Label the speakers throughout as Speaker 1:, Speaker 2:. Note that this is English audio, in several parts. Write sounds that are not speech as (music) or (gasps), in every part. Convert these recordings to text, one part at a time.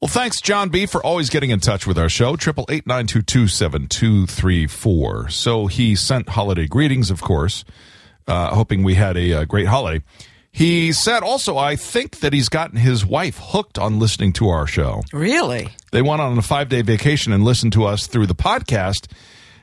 Speaker 1: Well, thanks, John B., for always getting in touch with our show. Triple eight nine two two seven two three four. So he sent holiday greetings, of course, uh, hoping we had a, uh great holiday. He said also, I think that he's gotten his wife hooked on listening to our show.
Speaker 2: Really?
Speaker 1: They went on a five day vacation and listened to us through the podcast,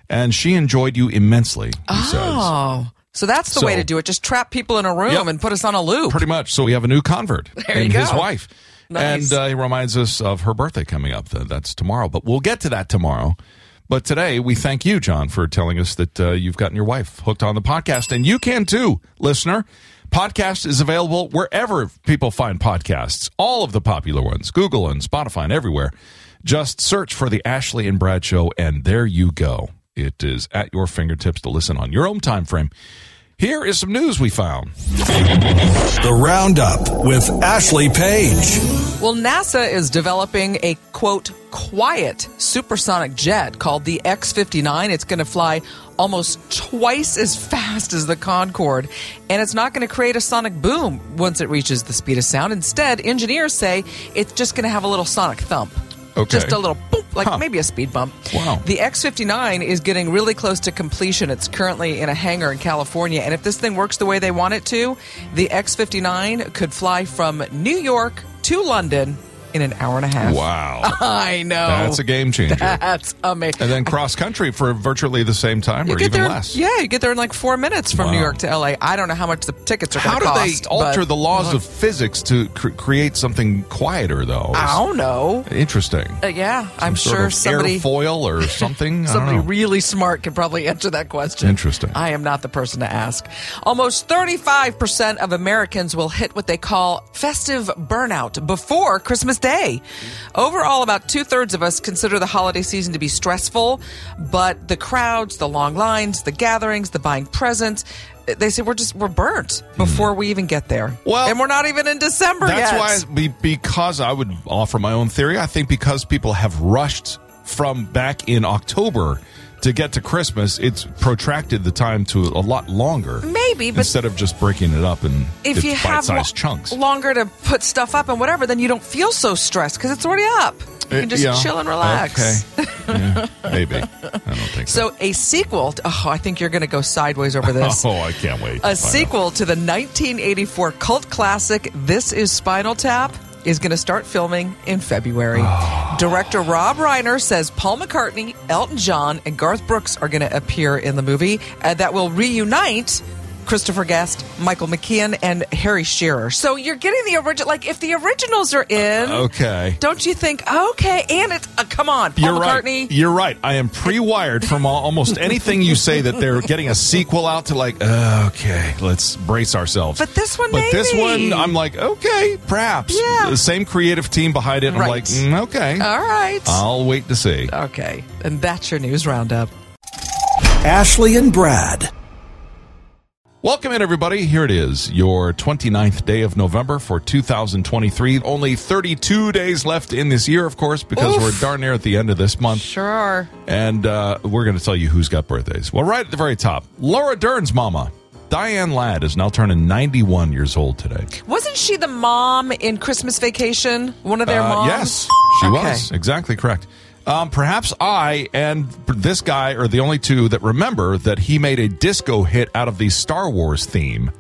Speaker 1: and she enjoyed you immensely. He says.
Speaker 2: Oh. So that's the way
Speaker 1: So-
Speaker 2: to do it. Just trap people in a room
Speaker 1: Yep.
Speaker 2: and put us on a loop.
Speaker 1: pretty much. So we have a new convert
Speaker 2: (laughs) There you
Speaker 1: and his
Speaker 2: go.
Speaker 1: wife.
Speaker 2: Nice.
Speaker 1: And uh, he reminds us of her birthday coming up. Th- That's tomorrow, but we'll get to that tomorrow. But today, we thank you, John, for telling us that uh, you've gotten your wife hooked on the podcast. And you can too, listener. Podcast is available wherever people find podcasts, all of the popular ones, Google and Spotify and everywhere. Just search for the Ashley and Brad Show, and there you go. It is at your fingertips to listen on your own time frame. Here is some news we found.
Speaker 3: The Roundup with Ashley Page.
Speaker 2: Well, NASA is developing a quote, quiet supersonic jet called the X 59. It's going to fly almost twice as fast as the Concorde, and it's not going to create a sonic boom once it reaches the speed of sound. Instead, engineers say it's just going to have a little sonic thump.
Speaker 1: Okay.
Speaker 2: Just a little boop, like
Speaker 1: Huh.
Speaker 2: maybe a speed bump.
Speaker 1: Wow.
Speaker 2: The X 59 is getting really close to completion. It's currently in a hangar in California. And if this thing works the way they want it to, the X 59 could fly from New York to London in an hour and a half. (laughs)
Speaker 1: Wow.
Speaker 2: I know.
Speaker 1: That's a game
Speaker 2: (laughs)
Speaker 1: changer.
Speaker 2: That's amazing.
Speaker 1: and then cross country for virtually the same time or even
Speaker 2: there,
Speaker 1: less.
Speaker 2: Yeah, you get there in like four minutes from New
Speaker 1: Wow.
Speaker 2: York to LA. I don't know how much the tickets are
Speaker 1: How
Speaker 2: going to
Speaker 1: do
Speaker 2: cost.
Speaker 1: they alter
Speaker 2: but uh-huh.
Speaker 1: the laws of physics to cr- create something quieter, though?
Speaker 2: I don't know.
Speaker 1: Interesting.
Speaker 2: Uh, yeah, I'm
Speaker 1: Sort
Speaker 2: sure
Speaker 1: of
Speaker 2: somebody.
Speaker 1: airfoil
Speaker 2: (laughs)
Speaker 1: or something. I don't
Speaker 2: Somebody
Speaker 1: know.
Speaker 2: really smart could probably answer that question.
Speaker 1: Oh. Interesting.
Speaker 2: I am not the person to ask. Almost 35% of Americans will hit what they call festive burnout before Christmas Day. Overall, about two thirds of us consider the holiday season to be stressful, but the crowds, the long lines, the gatherings, the buying presents, they say we're just, we're burnt before we even get there.
Speaker 1: Well,
Speaker 2: and we're not even in December
Speaker 1: That's
Speaker 2: yet.
Speaker 1: why, be- because I would offer my own theory. I think because people have rushed from back in October to get to Christmas, it's protracted the time to a lot longer.
Speaker 2: Maybe, but-
Speaker 1: instead of just breaking it up and
Speaker 2: if
Speaker 1: it's
Speaker 2: you have lo-
Speaker 1: bite-sized chunks.
Speaker 2: longer to put stuff up and whatever, then you don't feel so stressed because it's already up. You
Speaker 1: Uh,
Speaker 2: can just
Speaker 1: yeah.
Speaker 2: chill and relax. (laughs)
Speaker 1: Okay. Yeah, maybe. I don't think so.
Speaker 2: So a sequel. To, oh, I think you're going to go sideways
Speaker 1: (laughs)
Speaker 2: over this.
Speaker 1: Oh, I can't wait. to
Speaker 2: a
Speaker 1: find out.
Speaker 2: sequel to the 1984 cult classic This Is Spinal Tap is going to start filming in February.
Speaker 1: Oh.
Speaker 2: Director Rob Reiner says Paul McCartney, Elton John, and Garth Brooks are going to appear in the movie uh, that will reunite Christopher Guest, Michael McKean, and Harry Shearer. So you're getting the original. Like if the originals are in,
Speaker 1: Uh, Okay.
Speaker 2: don't you think? Okay, and it's uh, come on, Paul
Speaker 1: You're right.
Speaker 2: McCartney.
Speaker 1: You're right. I am pre-wired from al- almost anything you say that they're getting a sequel out to. Like, uh, okay, let's brace ourselves.
Speaker 2: But this one,
Speaker 1: but this
Speaker 2: maybe.
Speaker 1: one, I'm like, okay, perhaps.
Speaker 2: Yeah.
Speaker 1: The same creative team behind it. and I'm
Speaker 2: Right. Uh,
Speaker 1: like, mm, okay,
Speaker 2: All right.
Speaker 1: I'll wait to see.
Speaker 2: Okay, and that's your news roundup.
Speaker 3: Ashley and Brad.
Speaker 1: Welcome in, everybody. Here it is, your 29th day of November for 2023. Only 32 days left in this year, of course, because
Speaker 2: Oof.
Speaker 1: we're darn near at the end of this month.
Speaker 2: Sure are.
Speaker 1: And uh, we're going to tell you who's got birthdays. Well, right at the very top, Laura Dern's mama, Diane Ladd, is now turning 91 years old today.
Speaker 2: Wasn't she the mom in Christmas Vacation? One of their
Speaker 1: Uh,
Speaker 2: moms?
Speaker 1: yes, she
Speaker 2: Okay.
Speaker 1: was. Exactly correct. Um, perhaps I and this guy are the only two that remember that he made a disco hit out of the Star Wars theme.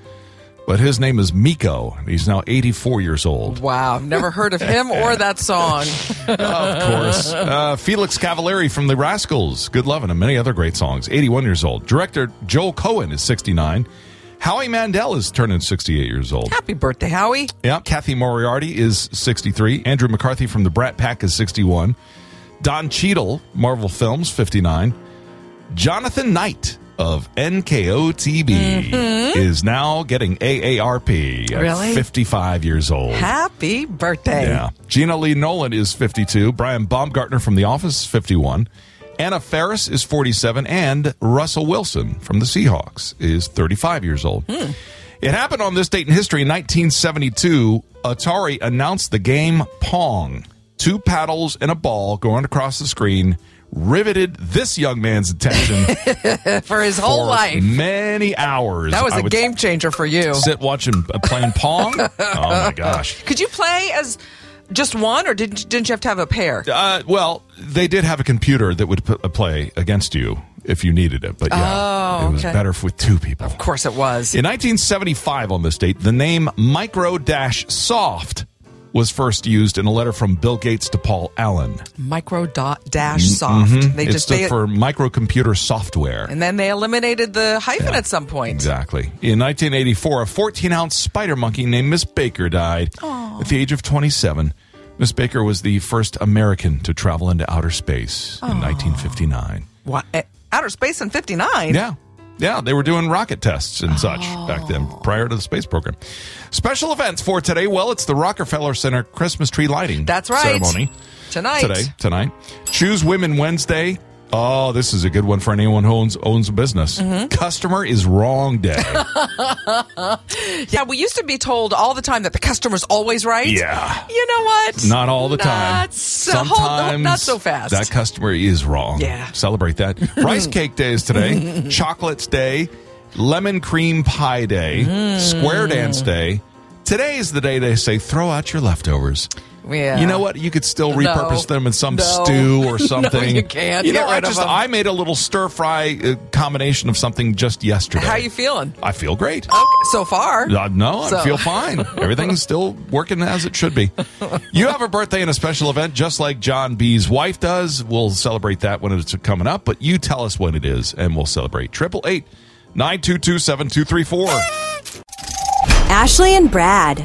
Speaker 1: But his name is Miko. and He's now 84 years old.
Speaker 2: Wow, I've never heard of him
Speaker 1: (laughs)
Speaker 2: or that song. (laughs)
Speaker 1: Of course. uh, Felix Cavallari from The Rascals, Good Lovin', and many other great songs. 81 years old. Director Joel Cohen is 69. Howie Mandel is turning 68 years old.
Speaker 2: Happy birthday, Howie.
Speaker 1: Yeah. Kathy Moriarty is 63. Andrew McCarthy from the Brat Pack is 61. Don Cheadle, Marvel Films, 59. Jonathan Knight of NKOTB is now getting AARP at
Speaker 2: Really?
Speaker 1: 55 years old.
Speaker 2: Happy birthday.
Speaker 1: Yeah. Gina Lee Nolan is 52. Brian Baumgartner from The Office, 51. Anna Ferris is 47. And Russell Wilson from The Seahawks is 35 years old.
Speaker 2: Hmm.
Speaker 1: It happened on this date in history in 1972. Atari announced the game Pong. Two paddles and a ball going across the screen riveted this young man's attention
Speaker 2: (laughs) (laughs) For his
Speaker 1: for
Speaker 2: whole life.
Speaker 1: many hours.
Speaker 2: That was
Speaker 1: I
Speaker 2: a
Speaker 1: would
Speaker 2: game changer for you. (laughs)
Speaker 1: Sit watching uh, playing Pong. oh my gosh.
Speaker 2: Could you play as Just one, or didn't didn't you have to have a pair?
Speaker 1: Uh, well, they did have a computer that would p- uh, play against you if you needed it, but yeah,
Speaker 2: Oh,
Speaker 1: it was
Speaker 2: okay.
Speaker 1: better f- with two people.
Speaker 2: Of course, it was.
Speaker 1: In 1975, on this date, the name Micro Dash Soft was first used in a letter from Bill Gates to Paul Allen.
Speaker 2: Micro dot dash
Speaker 1: Mm-hmm.
Speaker 2: soft. They
Speaker 1: it
Speaker 2: just
Speaker 1: stood
Speaker 2: they,
Speaker 1: for microcomputer software.
Speaker 2: and then they eliminated the hyphen at some point.
Speaker 1: Exactly. In 1984, a 14 ounce spider monkey named Miss Baker died at the age of 27. Miss Baker was the first American to travel into outer space in 1959.
Speaker 2: What? Eh, Outer space in '59.
Speaker 1: Yeah. Yeah, they were doing rocket tests and such back then,
Speaker 2: Oh.
Speaker 1: prior to the space program. Special events for today. Well, it's the Rockefeller Center Christmas tree lighting
Speaker 2: That's right.
Speaker 1: ceremony
Speaker 2: Tonight.
Speaker 1: today. Tonight, choose Women Wednesday. Oh, this is a good one for anyone who owns owns a business.
Speaker 2: Mm-hmm.
Speaker 1: Customer is wrong
Speaker 2: (laughs)
Speaker 1: day.
Speaker 2: Yeah, we used to be told all the time that the customer's always right.
Speaker 1: Yeah.
Speaker 2: You know what?
Speaker 1: Not all the time.
Speaker 2: Not so, Sometimes not so fast.
Speaker 1: That customer is wrong.
Speaker 2: Yeah.
Speaker 1: Celebrate
Speaker 2: (laughs)
Speaker 1: that. Rice cake day is today. Chocolates day. Lemon cream pie day.
Speaker 2: Mm.
Speaker 1: Square dance day. Today is the day they say throw out your leftovers.
Speaker 2: yeah.
Speaker 1: You know what? You could still repurpose them in some
Speaker 2: (laughs) No.
Speaker 1: stew or something.
Speaker 2: you can't.
Speaker 1: You know,
Speaker 2: Get
Speaker 1: I
Speaker 2: rid of
Speaker 1: just
Speaker 2: them.
Speaker 1: I made a little stir fry uh, combination of something just yesterday.
Speaker 2: How you feeling?
Speaker 1: I feel great.
Speaker 2: Okay, so far.
Speaker 1: Uh, no, I
Speaker 2: So-
Speaker 1: feel fine. Everything's still working as it should be. You have a birthday and a special event, just like John B's wife does. We'll celebrate that when it's coming up, but you tell us when it is, and we'll celebrate. 888 922 7234.
Speaker 4: Ashley and Brad.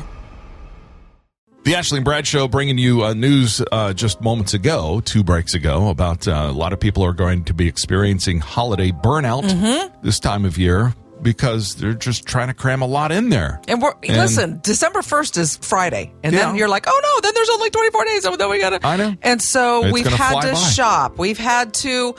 Speaker 1: The Ashley and Brad Show bringing you uh, news uh, just moments ago, two breaks ago, about uh, a lot of people are going to be experiencing holiday burnout this time of year because they're just trying to cram a lot in there.
Speaker 2: And we're listen. December first is Friday, and then
Speaker 1: Yeah.
Speaker 2: you're like, oh no, then there's only 24 days, and then we gotta.
Speaker 1: I know.
Speaker 2: And so
Speaker 1: It's
Speaker 2: we've
Speaker 1: gonna
Speaker 2: had
Speaker 1: fly
Speaker 2: to
Speaker 1: by.
Speaker 2: shop. We've had to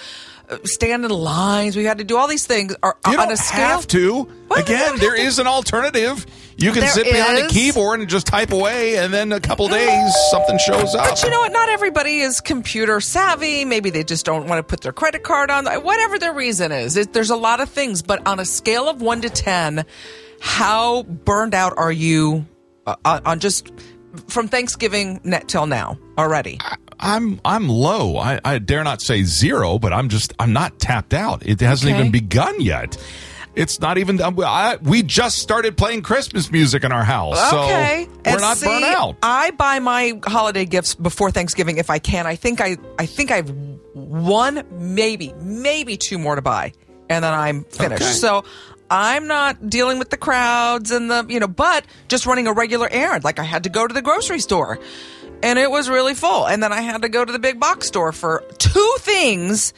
Speaker 2: uh, stand in lines. We've had to do all these things. Are,
Speaker 1: You
Speaker 2: on
Speaker 1: don't
Speaker 2: a scale,
Speaker 1: have to.
Speaker 2: Well, you
Speaker 1: Again,
Speaker 2: don't
Speaker 1: there
Speaker 2: have to.
Speaker 1: is an alternative. You can
Speaker 2: There
Speaker 1: sit behind a
Speaker 2: is.
Speaker 1: keyboard and just type away, and then a
Speaker 2: (gasps)
Speaker 1: couple days something shows up.
Speaker 2: But you know what? Not everybody is computer savvy. Maybe they just don't want to put their credit card on. Whatever their reason is, it, there's a lot of things. But on a scale of one to ten, how burned out are you uh, on, on just from Thanksgiving net till now already?
Speaker 1: I'm I'm low. I, I dare not say zero, but I'm just I'm not tapped out. It hasn't
Speaker 2: Okay.
Speaker 1: even begun yet. It's not even. I, we just started playing Christmas music in our house,
Speaker 2: okay,
Speaker 1: so we're
Speaker 2: And
Speaker 1: not
Speaker 2: see,
Speaker 1: burnt out.
Speaker 2: I buy my holiday gifts before Thanksgiving if I can. I think I I think I've one, maybe maybe two more to buy, and then I'm finished.
Speaker 1: Okay.
Speaker 2: So. I'm not dealing with the crowds and the, you know, but just running a regular errand. Like I had to go to the grocery store and it was really full. And then I had to go to the big box store for two things.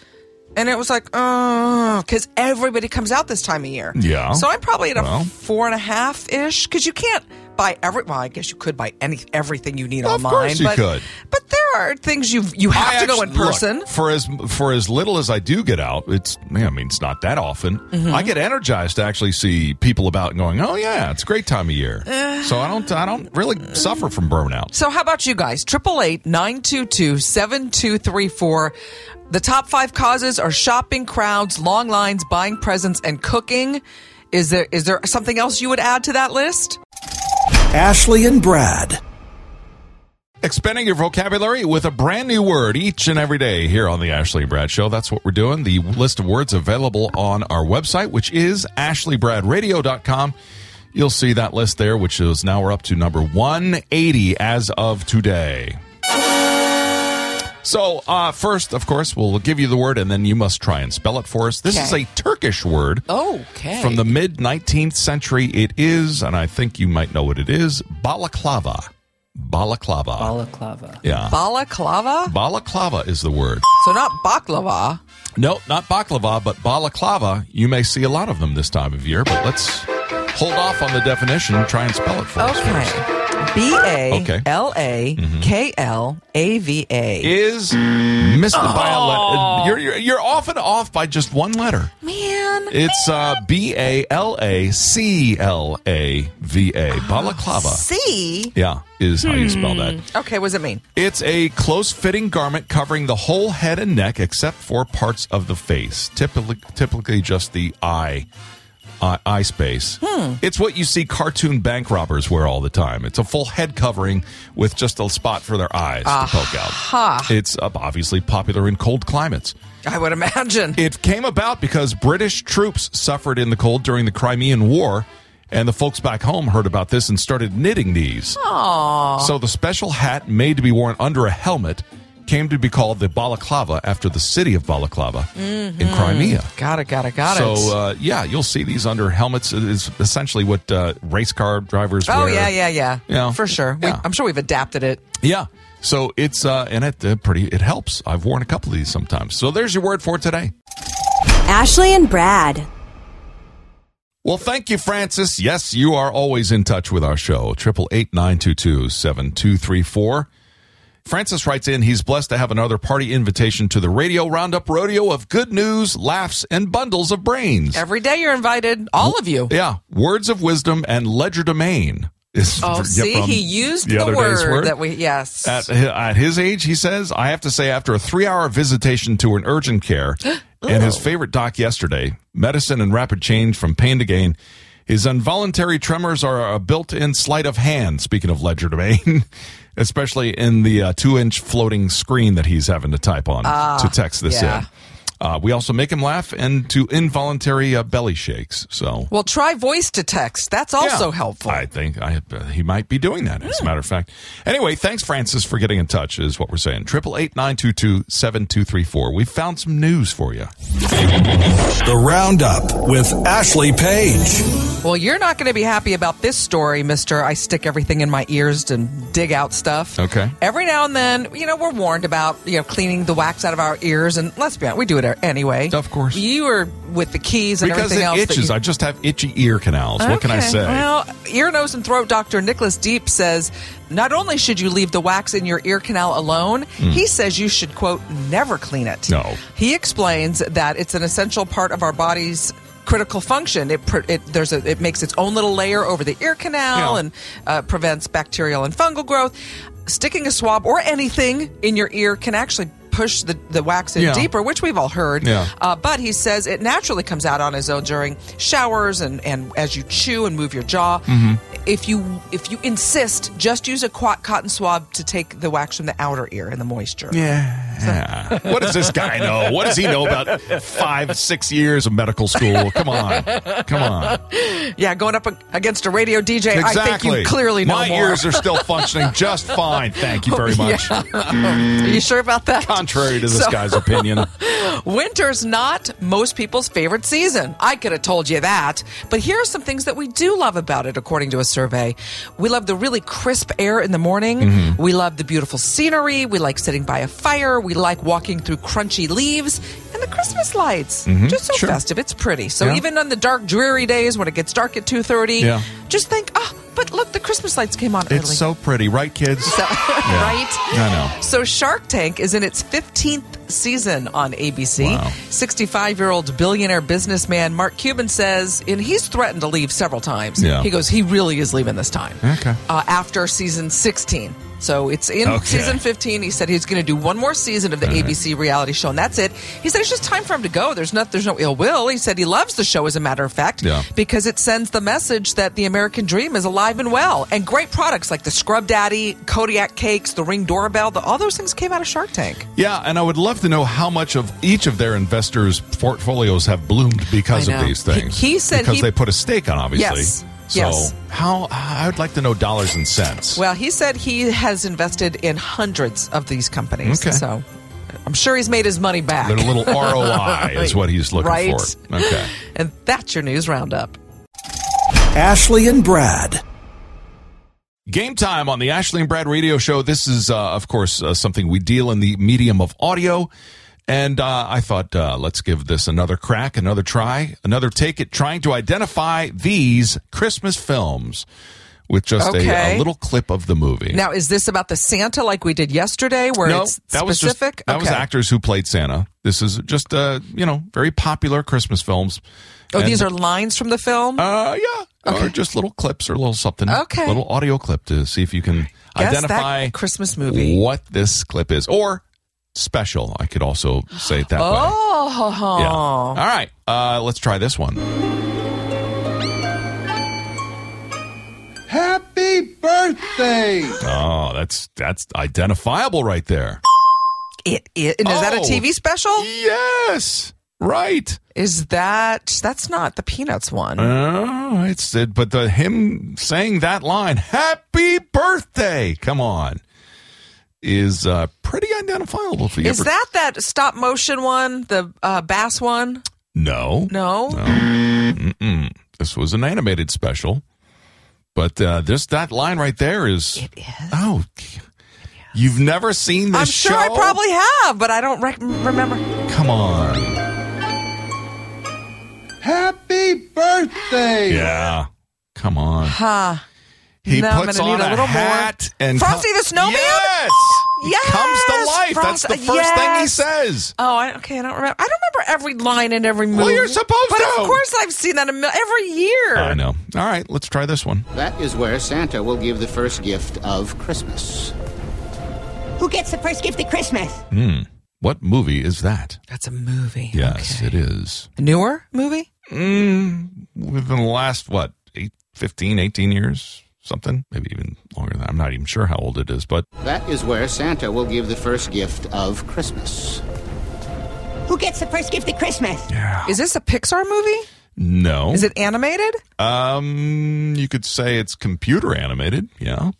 Speaker 2: And it was like, oh, because everybody comes out this time of year.
Speaker 1: Yeah.
Speaker 2: So I'm probably at a
Speaker 1: Well.
Speaker 2: four and a half ish because you can't buy every. Well, I guess you could buy any everything you need
Speaker 1: Of
Speaker 2: online.
Speaker 1: course you
Speaker 2: but,
Speaker 1: could.
Speaker 2: But there are things you you have
Speaker 1: I
Speaker 2: to go in
Speaker 1: actu- look,
Speaker 2: person.
Speaker 1: for as for as little as I do get out. It's I mean it's not that often.
Speaker 2: Mm-hmm.
Speaker 1: I get energized to actually see people about and going, oh yeah, it's a great time of year.
Speaker 2: Eh.
Speaker 1: so I don't I don't really suffer from burnout.
Speaker 2: so how about you guys? Triple eight nine two two seven two three four. The top five causes are shopping, crowds, long lines, buying presents, and cooking. Is there is there something else you would add to that list?
Speaker 3: Ashley and Brad.
Speaker 1: Expanding your vocabulary with a brand new word each and every day here on the Ashley and Brad Show. That's what we're doing. The list of words available on our website, which is ashleybradradio.com. You'll see that list there, which is now we're up to number 180 as of today. So, uh, first, of course, we'll give you the word and then you must try and spell it for us. This is
Speaker 2: Okay.
Speaker 1: a Turkish word
Speaker 2: Okay.
Speaker 1: from the mid 19th century. It is, and I think you might know what it is balaclava. Balaclava.
Speaker 5: Balaclava.
Speaker 1: yeah.
Speaker 2: balaclava.
Speaker 1: balaclava is the word.
Speaker 2: So not baklava.
Speaker 1: No, not baklava, but balaclava. You may see a lot of them this time of year, but let's hold off on the definition and try and spell it for us first.
Speaker 2: Okay. B A L A K L A V A.
Speaker 1: Is Mr. By a le- you're, you're, you're often off by just one letter.
Speaker 2: Man.
Speaker 1: It's uh, B A L A C L A V A. Balaclava.
Speaker 2: C.
Speaker 1: Yeah, is how you spell that.
Speaker 2: Okay, what does it mean?
Speaker 1: It's a close fitting garment covering the whole head and neck except for parts of the face, typically, typically just the eye uh, iSpace. It's what you see cartoon bank robbers wear all the time. It's a full head covering with just a spot for their eyes to poke out. It's uh, obviously popular in cold climates.
Speaker 2: I would imagine.
Speaker 1: It came about because British troops suffered in the cold during the Crimean War, and the folks back home heard about this and started knitting these. So the special hat made to be worn under a helmet came to be called the balaclava after the city of Balaclava in Crimea.
Speaker 2: Got it, got it, Mm-hmm. got it.
Speaker 1: So uh, yeah, you'll see these under helmets. It is essentially what uh, race car drivers
Speaker 2: oh,
Speaker 1: wear.
Speaker 2: yeah, yeah, yeah.
Speaker 1: Yeah.
Speaker 2: For sure. We,
Speaker 1: Yeah.
Speaker 2: I'm sure we've adapted it.
Speaker 1: Yeah. So it's uh, and it uh, pretty it helps. I've worn a couple of these sometimes. So there's your word for today.
Speaker 4: Ashley and Brad.
Speaker 1: Well, thank you, Francis. Yes, you are always in touch with our show. Triple eight nine two two seven two three four. Francis writes in, he's blessed to have another party invitation to the radio roundup rodeo of good news, laughs, and bundles of brains.
Speaker 2: Every day you're invited, all of you.
Speaker 1: Yeah, words of wisdom and legerdemain. Is (laughs)
Speaker 2: Oh,
Speaker 1: from-
Speaker 2: see,
Speaker 1: from
Speaker 2: he used
Speaker 1: the
Speaker 2: the,
Speaker 1: other day's
Speaker 2: word,
Speaker 1: word.
Speaker 2: that we, yes.
Speaker 1: At, at his age, he says, I have to say, after a three hour visitation to an urgent care and his favorite doc yesterday, medicine and rapid change from pain to gain, his involuntary tremors are a built in sleight of hand, speaking of ledger domain, (laughs) especially in the uh, two inch floating screen that he's having to type on to text this
Speaker 2: yeah.
Speaker 1: in. Uh, we also make him laugh and to involuntary uh, belly shakes. So
Speaker 2: well, try voice to text. That's also
Speaker 1: yeah.
Speaker 2: helpful. Hmm.
Speaker 1: I think I, uh, he might be doing that, as a matter of fact. Anyway, thanks, Francis, for getting in touch, is what we're saying. 888 922 7234. We found some news for you.
Speaker 3: The Roundup with Ashley Page.
Speaker 2: Well, you're not going to be happy about this story, mister. I stick everything in my ears and dig out stuff.
Speaker 1: Okay.
Speaker 2: Every now and then, you know, we're warned about, you know, cleaning the wax out of our ears. And let's be honest, we do it anyway.
Speaker 1: Of course.
Speaker 2: You were with the keys and
Speaker 1: Because
Speaker 2: everything
Speaker 1: it
Speaker 2: else. that
Speaker 1: itches.
Speaker 2: you-
Speaker 1: I just have itchy ear canals. What can I
Speaker 2: Okay.
Speaker 1: say?
Speaker 2: Well, ear, nose, and throat doctor Nicholas Deep says not only should you leave the wax in your ear canal alone, he says you should, quote, never clean it.
Speaker 1: Hmm. No.
Speaker 2: He explains that it's an essential part of our body's critical function. It, pr- it there's a, it makes its own little layer over the ear canal
Speaker 1: Yeah.
Speaker 2: and uh, prevents bacterial and fungal growth. Sticking a swab or anything in your ear can actually push the, the wax in
Speaker 1: Yeah.
Speaker 2: deeper, which we've all heard.
Speaker 1: Yeah.
Speaker 2: Uh, but he says it naturally comes out on its own during showers and, and as you chew and move your jaw.
Speaker 1: Mm-hmm.
Speaker 2: If you if you insist, just use a qu- cotton swab to take the wax from the outer ear and the moisture.
Speaker 1: yeah. what does this guy know? What does he know about five, six years of medical school? Come on. Come on.
Speaker 2: Yeah, going up a- against a radio DJ, I think
Speaker 1: Exactly.
Speaker 2: you clearly know
Speaker 1: My
Speaker 2: more.
Speaker 1: ears are still functioning just fine. Thank you
Speaker 2: (laughs)
Speaker 1: very much.
Speaker 2: are you sure about that?
Speaker 1: Contrary to this
Speaker 2: So-
Speaker 1: guy's opinion.
Speaker 2: (laughs) Winter's not most people's favorite season. I could have told you that. But here are some things that we do love about it, according to a survey. We love the really crisp air in the morning.
Speaker 1: Mm-hmm.
Speaker 2: We love the beautiful scenery. We like sitting by a fire. We like walking through crunchy leaves and the Christmas lights. Just so
Speaker 1: Mm-hmm. Sure.
Speaker 2: festive. It's pretty. So
Speaker 1: Yeah.
Speaker 2: even on the dark, dreary days when it gets dark at 2.30,
Speaker 1: Yeah.
Speaker 2: just think, oh, but look, the Christmas lights came on early.
Speaker 1: It's so pretty, right, kids?
Speaker 2: So- (laughs)
Speaker 1: Yeah.
Speaker 2: right?
Speaker 1: I know.
Speaker 2: So Shark Tank is in its 15th season on ABC.
Speaker 1: Wow.
Speaker 2: 65 year old billionaire businessman Mark Cuban says, and he's threatened to leave several times.
Speaker 1: Yeah.
Speaker 2: He goes, he really is leaving this time.
Speaker 1: Okay.
Speaker 2: Uh, after season 16. So it's in
Speaker 1: Okay.
Speaker 2: season 15. He said he's going to do one more season of the
Speaker 1: Mm-hmm.
Speaker 2: ABC reality show, and that's it. He said it's just time for him to go. There's not, there's no ill will. He said he loves the show, as a matter of fact,
Speaker 1: Yeah.
Speaker 2: because it sends the message that the American dream is alive and well. And great products like the Scrub Daddy, Kodiak Cakes, the Ring Doorbell, the, all those things came out of Shark Tank.
Speaker 1: Yeah, and I would love to know how much of each of their investors' portfolios have bloomed because
Speaker 2: I
Speaker 1: of
Speaker 2: know.
Speaker 1: these things.
Speaker 2: He- he said
Speaker 1: because
Speaker 2: he-
Speaker 1: they put a stake on, obviously.
Speaker 2: Yes,
Speaker 1: So
Speaker 2: yes.
Speaker 1: how I would like to know dollars and cents.
Speaker 2: Well, he said he has invested in hundreds of these companies.
Speaker 1: Okay.
Speaker 2: So I'm sure he's made his money back.
Speaker 1: their little
Speaker 2: (laughs)
Speaker 1: ROI is what he's looking
Speaker 2: Right.
Speaker 1: for. Okay.
Speaker 2: (laughs) and that's your news roundup.
Speaker 3: Ashley and Brad.
Speaker 1: Game time on the Ashley and Brad Radio Show. This is, uh, of course, uh, something we deal in the medium of audio. And uh, I thought, uh, let's give this another crack, another try, another take at trying to identify these Christmas films with just a, a
Speaker 2: Okay.
Speaker 1: little clip of the movie.
Speaker 2: Now, is this about the Santa like we did yesterday, where it's
Speaker 1: that was just-
Speaker 2: specific?
Speaker 1: that was actors who played Santa. This is just, uh, you know, very popular Christmas films.
Speaker 2: Oh,
Speaker 1: And-
Speaker 2: these are lines from the film.
Speaker 1: Uh, yeah. Or just little clips or little something.
Speaker 2: Okay.
Speaker 1: Little audio clip to see if you can
Speaker 2: Guess that
Speaker 1: identify
Speaker 2: Christmas movie.
Speaker 1: what this clip is, or special. I could also say it that way.
Speaker 2: oh,
Speaker 1: Yeah. All right. Uh, let's try this one.
Speaker 5: birthday.
Speaker 1: Oh, that's that's identifiable right there.
Speaker 2: It, it, and is that a
Speaker 1: Oh.
Speaker 2: TV special?
Speaker 1: Yes, right.
Speaker 2: Is that that's not the Peanuts one?
Speaker 1: Oh, it's it, but the him saying that line, "Happy birthday," come on, is uh, pretty identifiable for you.
Speaker 2: is that that stop motion one? The uh, bass one?
Speaker 1: no?
Speaker 2: No.
Speaker 1: Mm-mm. This was an animated special, but uh, this that line right there is. It is. Oh, you've never seen this
Speaker 2: I'm sure
Speaker 1: show?
Speaker 2: I probably have, but I don't rec- remember.
Speaker 1: Come on,
Speaker 5: Happy birthday.
Speaker 1: yeah, come on.
Speaker 2: Huh.
Speaker 1: He
Speaker 2: No, I'm
Speaker 1: puts
Speaker 2: gonna
Speaker 1: on
Speaker 2: need a
Speaker 1: a,
Speaker 2: little more.
Speaker 1: hat and
Speaker 2: Frosty the Snowman?
Speaker 1: Yes, He
Speaker 2: Yes,
Speaker 1: comes to life. That's
Speaker 2: Frost-
Speaker 1: the first thing he
Speaker 2: yes.
Speaker 1: says.
Speaker 2: Oh, I, okay. I don't remember. I don't remember every line in every movie.
Speaker 1: Well, you're supposed
Speaker 2: but
Speaker 1: to. Uh,
Speaker 2: Of course, I've seen that a mil- every year.
Speaker 1: I know. All right, let's try this one.
Speaker 6: That is where Santa will give the first gift of Christmas.
Speaker 7: Who gets the first gift at Christmas?
Speaker 1: What movie is that?
Speaker 2: That's a movie.
Speaker 1: Yes,
Speaker 2: Okay.
Speaker 1: it is.
Speaker 2: Newer movie?
Speaker 1: Within the last what, eight, 15, 18 years, something, maybe even longer than. that. I'm not even sure how old it is, but
Speaker 6: That is where Santa will give the first gift of Christmas.
Speaker 7: Who gets the first gift at Christmas?
Speaker 2: Is this a Pixar movie?
Speaker 1: no.
Speaker 2: Is it animated?
Speaker 1: Um, you could say it's computer animated. Yeah.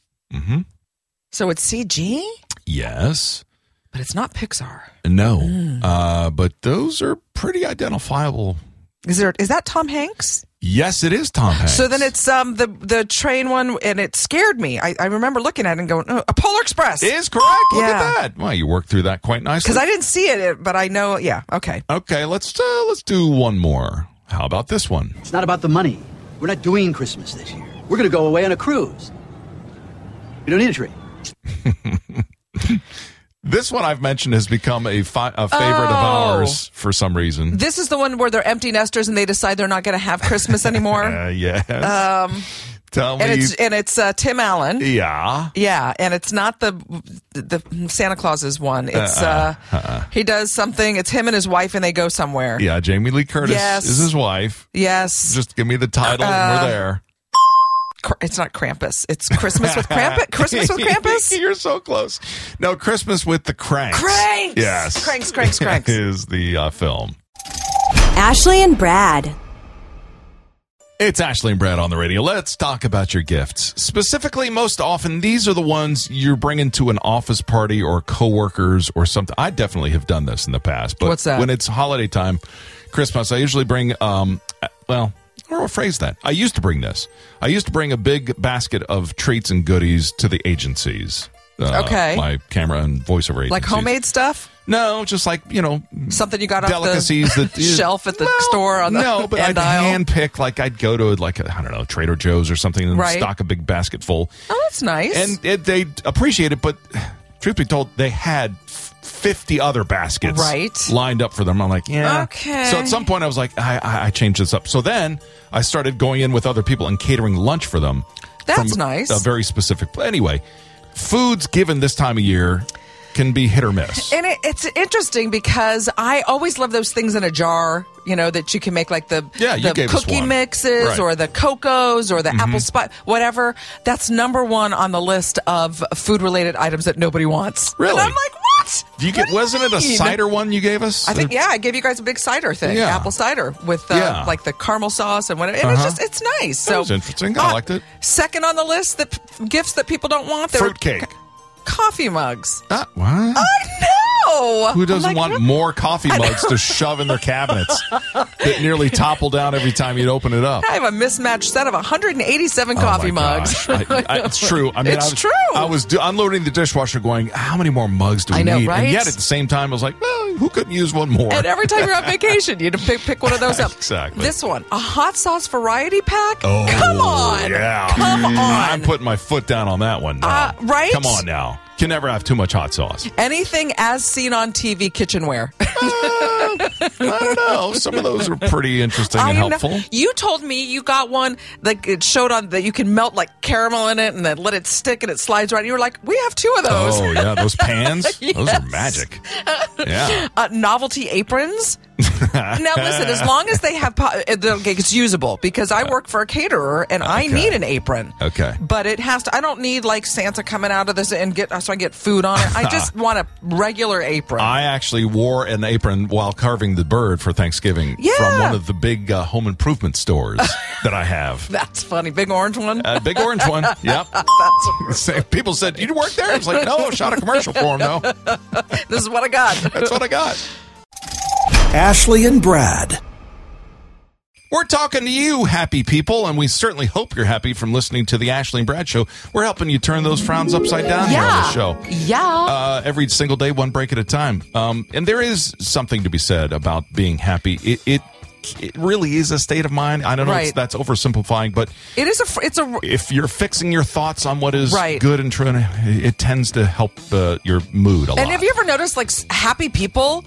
Speaker 2: So it's CG,
Speaker 1: Yes.
Speaker 2: but it's not Pixar.
Speaker 1: No.
Speaker 2: Hmm.
Speaker 1: Uh, but those are pretty identifiable.
Speaker 2: Is there? Is that Tom Hanks?
Speaker 1: Yes, it is Tom Hanks.
Speaker 2: So then it's um the the train one, and it scared me. I, I remember looking at it and going, oh, a Polar Express,
Speaker 1: is correct. Look
Speaker 2: Yeah.
Speaker 1: at that. Well, you worked through that quite nicely.
Speaker 2: because I didn't see it, but I know. Yeah, okay.
Speaker 1: okay, let's uh, let's do one more. How about this one?
Speaker 8: It's not about the money. We're not doing Christmas this year. We're going to go away on a cruise. We don't need a tree.
Speaker 1: This one I've mentioned has become a, fi- a favorite of
Speaker 2: Oh.
Speaker 1: ours for some reason.
Speaker 2: This is the one where they're empty nesters and they decide they're not going to have
Speaker 1: (laughs)
Speaker 2: Christmas anymore.
Speaker 1: Uh, yes. Um, Tell me.
Speaker 2: and it's and it's uh, Tim Allen.
Speaker 1: yeah.
Speaker 2: Yeah, and it's not the the Santa Claus's one. It's uh, he does something. It's him and his wife, and they go somewhere.
Speaker 1: Uh-uh. Yeah. Jamie Lee Curtis
Speaker 2: Yes. Uh,
Speaker 1: is his wife.
Speaker 2: Yes,
Speaker 1: Just give me the title and we're there.
Speaker 2: Cr- it's not Krampus. It's Christmas with Krampus.
Speaker 1: (laughs)
Speaker 2: Christmas with Krampus.
Speaker 1: You're so close. No, Christmas with the Cranks.
Speaker 2: Cranks!
Speaker 1: Yes.
Speaker 2: Cranks,
Speaker 1: (laughs)
Speaker 2: cranks, cranks.
Speaker 1: is the uh, film.
Speaker 4: Ashley and Brad.
Speaker 1: It's Ashley and Brad on the radio. Let's talk about your gifts. Specifically, most often, these are the ones you're bringing to an office party or coworkers or something. I definitely have done this in the past, but
Speaker 2: What's that?
Speaker 1: when it's holiday time, Christmas, I usually bring, um, uh, well, or I'll phrase that. I used to bring this. I used to bring a big basket of treats and goodies to the agencies. Uh,
Speaker 2: Okay.
Speaker 1: My camera and voiceover agencies.
Speaker 2: Like homemade stuff.
Speaker 1: No, just like, you know,
Speaker 2: Something you got off
Speaker 1: delicacies
Speaker 2: the (laughs)
Speaker 1: that
Speaker 2: shelf at the
Speaker 1: No,
Speaker 2: store on the
Speaker 1: no, but
Speaker 2: end
Speaker 1: I'd
Speaker 2: aisle.
Speaker 1: handpick like I'd go to like I I don't know Trader Joe's or something and
Speaker 2: Right.
Speaker 1: stock a big basket full,
Speaker 2: oh, that's nice.
Speaker 1: and it, they appreciate it. But truth be told, they had f- fifty other baskets
Speaker 2: Right.
Speaker 1: lined up for them. I'm like, yeah,
Speaker 2: Okay.
Speaker 1: So at some point, I was like, I, I, I changed this up. So then I started going in with other people and catering lunch for them.
Speaker 2: That's
Speaker 1: from
Speaker 2: nice.
Speaker 1: A very specific. Anyway, foods given this time of year can be hit or miss.
Speaker 2: And it, it's interesting because I always love those things in a jar, you know, that you can make like the,
Speaker 1: Yeah, you
Speaker 2: the
Speaker 1: gave us
Speaker 2: cookie
Speaker 1: one.
Speaker 2: mixes
Speaker 1: Right. Mm-hmm.
Speaker 2: or the cocos or the apple spice, whatever. That's number one on the list of food related items that nobody wants.
Speaker 1: Really?
Speaker 2: And I'm like, what?
Speaker 1: Do you
Speaker 2: What
Speaker 1: get? wasn't it a
Speaker 2: mean?
Speaker 1: cider one you gave us?
Speaker 2: I think yeah, I gave you guys a big cider thing,
Speaker 1: Yeah.
Speaker 2: apple cider with uh,
Speaker 1: Yeah.
Speaker 2: like the caramel sauce and whatever. And
Speaker 1: Uh-huh.
Speaker 2: it's just it's nice.
Speaker 1: That
Speaker 2: So
Speaker 1: was interesting. I
Speaker 2: uh,
Speaker 1: liked it.
Speaker 2: Second on the list, the p- gifts that people don't want: they were
Speaker 1: Fruitcake.
Speaker 2: coffee mugs.
Speaker 1: Uh, what?
Speaker 2: No,
Speaker 1: Who
Speaker 2: Oh, I'm
Speaker 1: doesn't
Speaker 2: like,
Speaker 1: want
Speaker 2: what?
Speaker 1: more
Speaker 2: (laughs)
Speaker 1: coffee mugs to shove in their cabinets that nearly topple down every time you'd open it up?
Speaker 2: I have a mismatched set of 187
Speaker 1: Oh my
Speaker 2: coffee mugs. (laughs)
Speaker 1: gosh. I- I- it's true. I mean,
Speaker 2: It's
Speaker 1: I was,
Speaker 2: true.
Speaker 1: I was do- unloading the dishwasher, going, "How many more mugs do we
Speaker 2: I know,
Speaker 1: need?" And
Speaker 2: right?
Speaker 1: yet, at the same time, I was like, well, "Who couldn't use one more?"
Speaker 2: And every time you're on vacation, you pick pick one of those up.
Speaker 1: Exactly.
Speaker 2: This one, a hot sauce variety pack.
Speaker 1: Oh,
Speaker 2: Come on.
Speaker 1: Yeah. Mm.
Speaker 2: Come on.
Speaker 1: I'm putting my foot down on that one. now.
Speaker 2: Uh, right?
Speaker 1: Come on now. Can never have too much hot
Speaker 2: (laughs)
Speaker 1: sauce.
Speaker 2: Anything as seen on TV kitchenware. (laughs)
Speaker 1: I don't know. Some of those are pretty interesting and
Speaker 2: I know.
Speaker 1: helpful.
Speaker 2: You told me you got one like it showed on that you can melt like caramel in it and then let it stick and it slides right. You were like, we have two of
Speaker 1: (laughs)
Speaker 2: those.
Speaker 1: Oh yeah, those pans, those are
Speaker 2: Yes.
Speaker 1: magic. Yeah. (laughs)
Speaker 2: Uh, novelty aprons. now listen, as long as they have, po- it'll get- it's usable because I work for a caterer and I
Speaker 1: Uh, Okay.
Speaker 2: need an apron.
Speaker 1: Okay.
Speaker 2: but it has to. I don't need like Santa coming out of this and get so I get food
Speaker 1: (laughs)
Speaker 2: on it. I just want a regular
Speaker 1: (laughs)
Speaker 2: apron.
Speaker 1: I actually wore an apron while carving the bird for Thanksgiving
Speaker 2: Yeah.
Speaker 1: from one of the big uh, home improvement (laughs) stores that I have.
Speaker 2: That's funny. Big orange one.
Speaker 1: A big orange (laughs) one. Yep. Say- People said, "You work there?" I was like, "No, I shot a commercial for him though.
Speaker 2: this is what
Speaker 1: (laughs)
Speaker 2: I got.
Speaker 1: That's what I got."
Speaker 3: Ashley and Brad.
Speaker 1: We're talking to you, happy people, and we certainly hope you're happy from listening to the Ashley and Brad Show. We're helping you turn those frowns upside down here on the show.
Speaker 2: Yeah.
Speaker 1: uh, every single day, one break at a time. Um, and there is something to be said about being happy. It it, it really is a state of mind. I don't know if
Speaker 2: Right.
Speaker 1: that's oversimplifying, but
Speaker 2: It is a. fr- It's a.
Speaker 1: if you're fixing your thoughts on what is
Speaker 2: Right.
Speaker 1: good and true, it, it tends to help uh, your mood a lot.
Speaker 2: And have you ever noticed like s- happy people?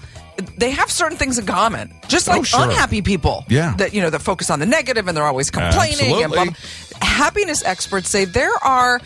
Speaker 2: They have certain things in common, just like
Speaker 1: Oh, sure.
Speaker 2: unhappy people.
Speaker 1: Yeah.
Speaker 2: that you know that focus on the negative and they're always complaining. And blah,
Speaker 1: Absolutely.
Speaker 2: blah. Happiness experts say there are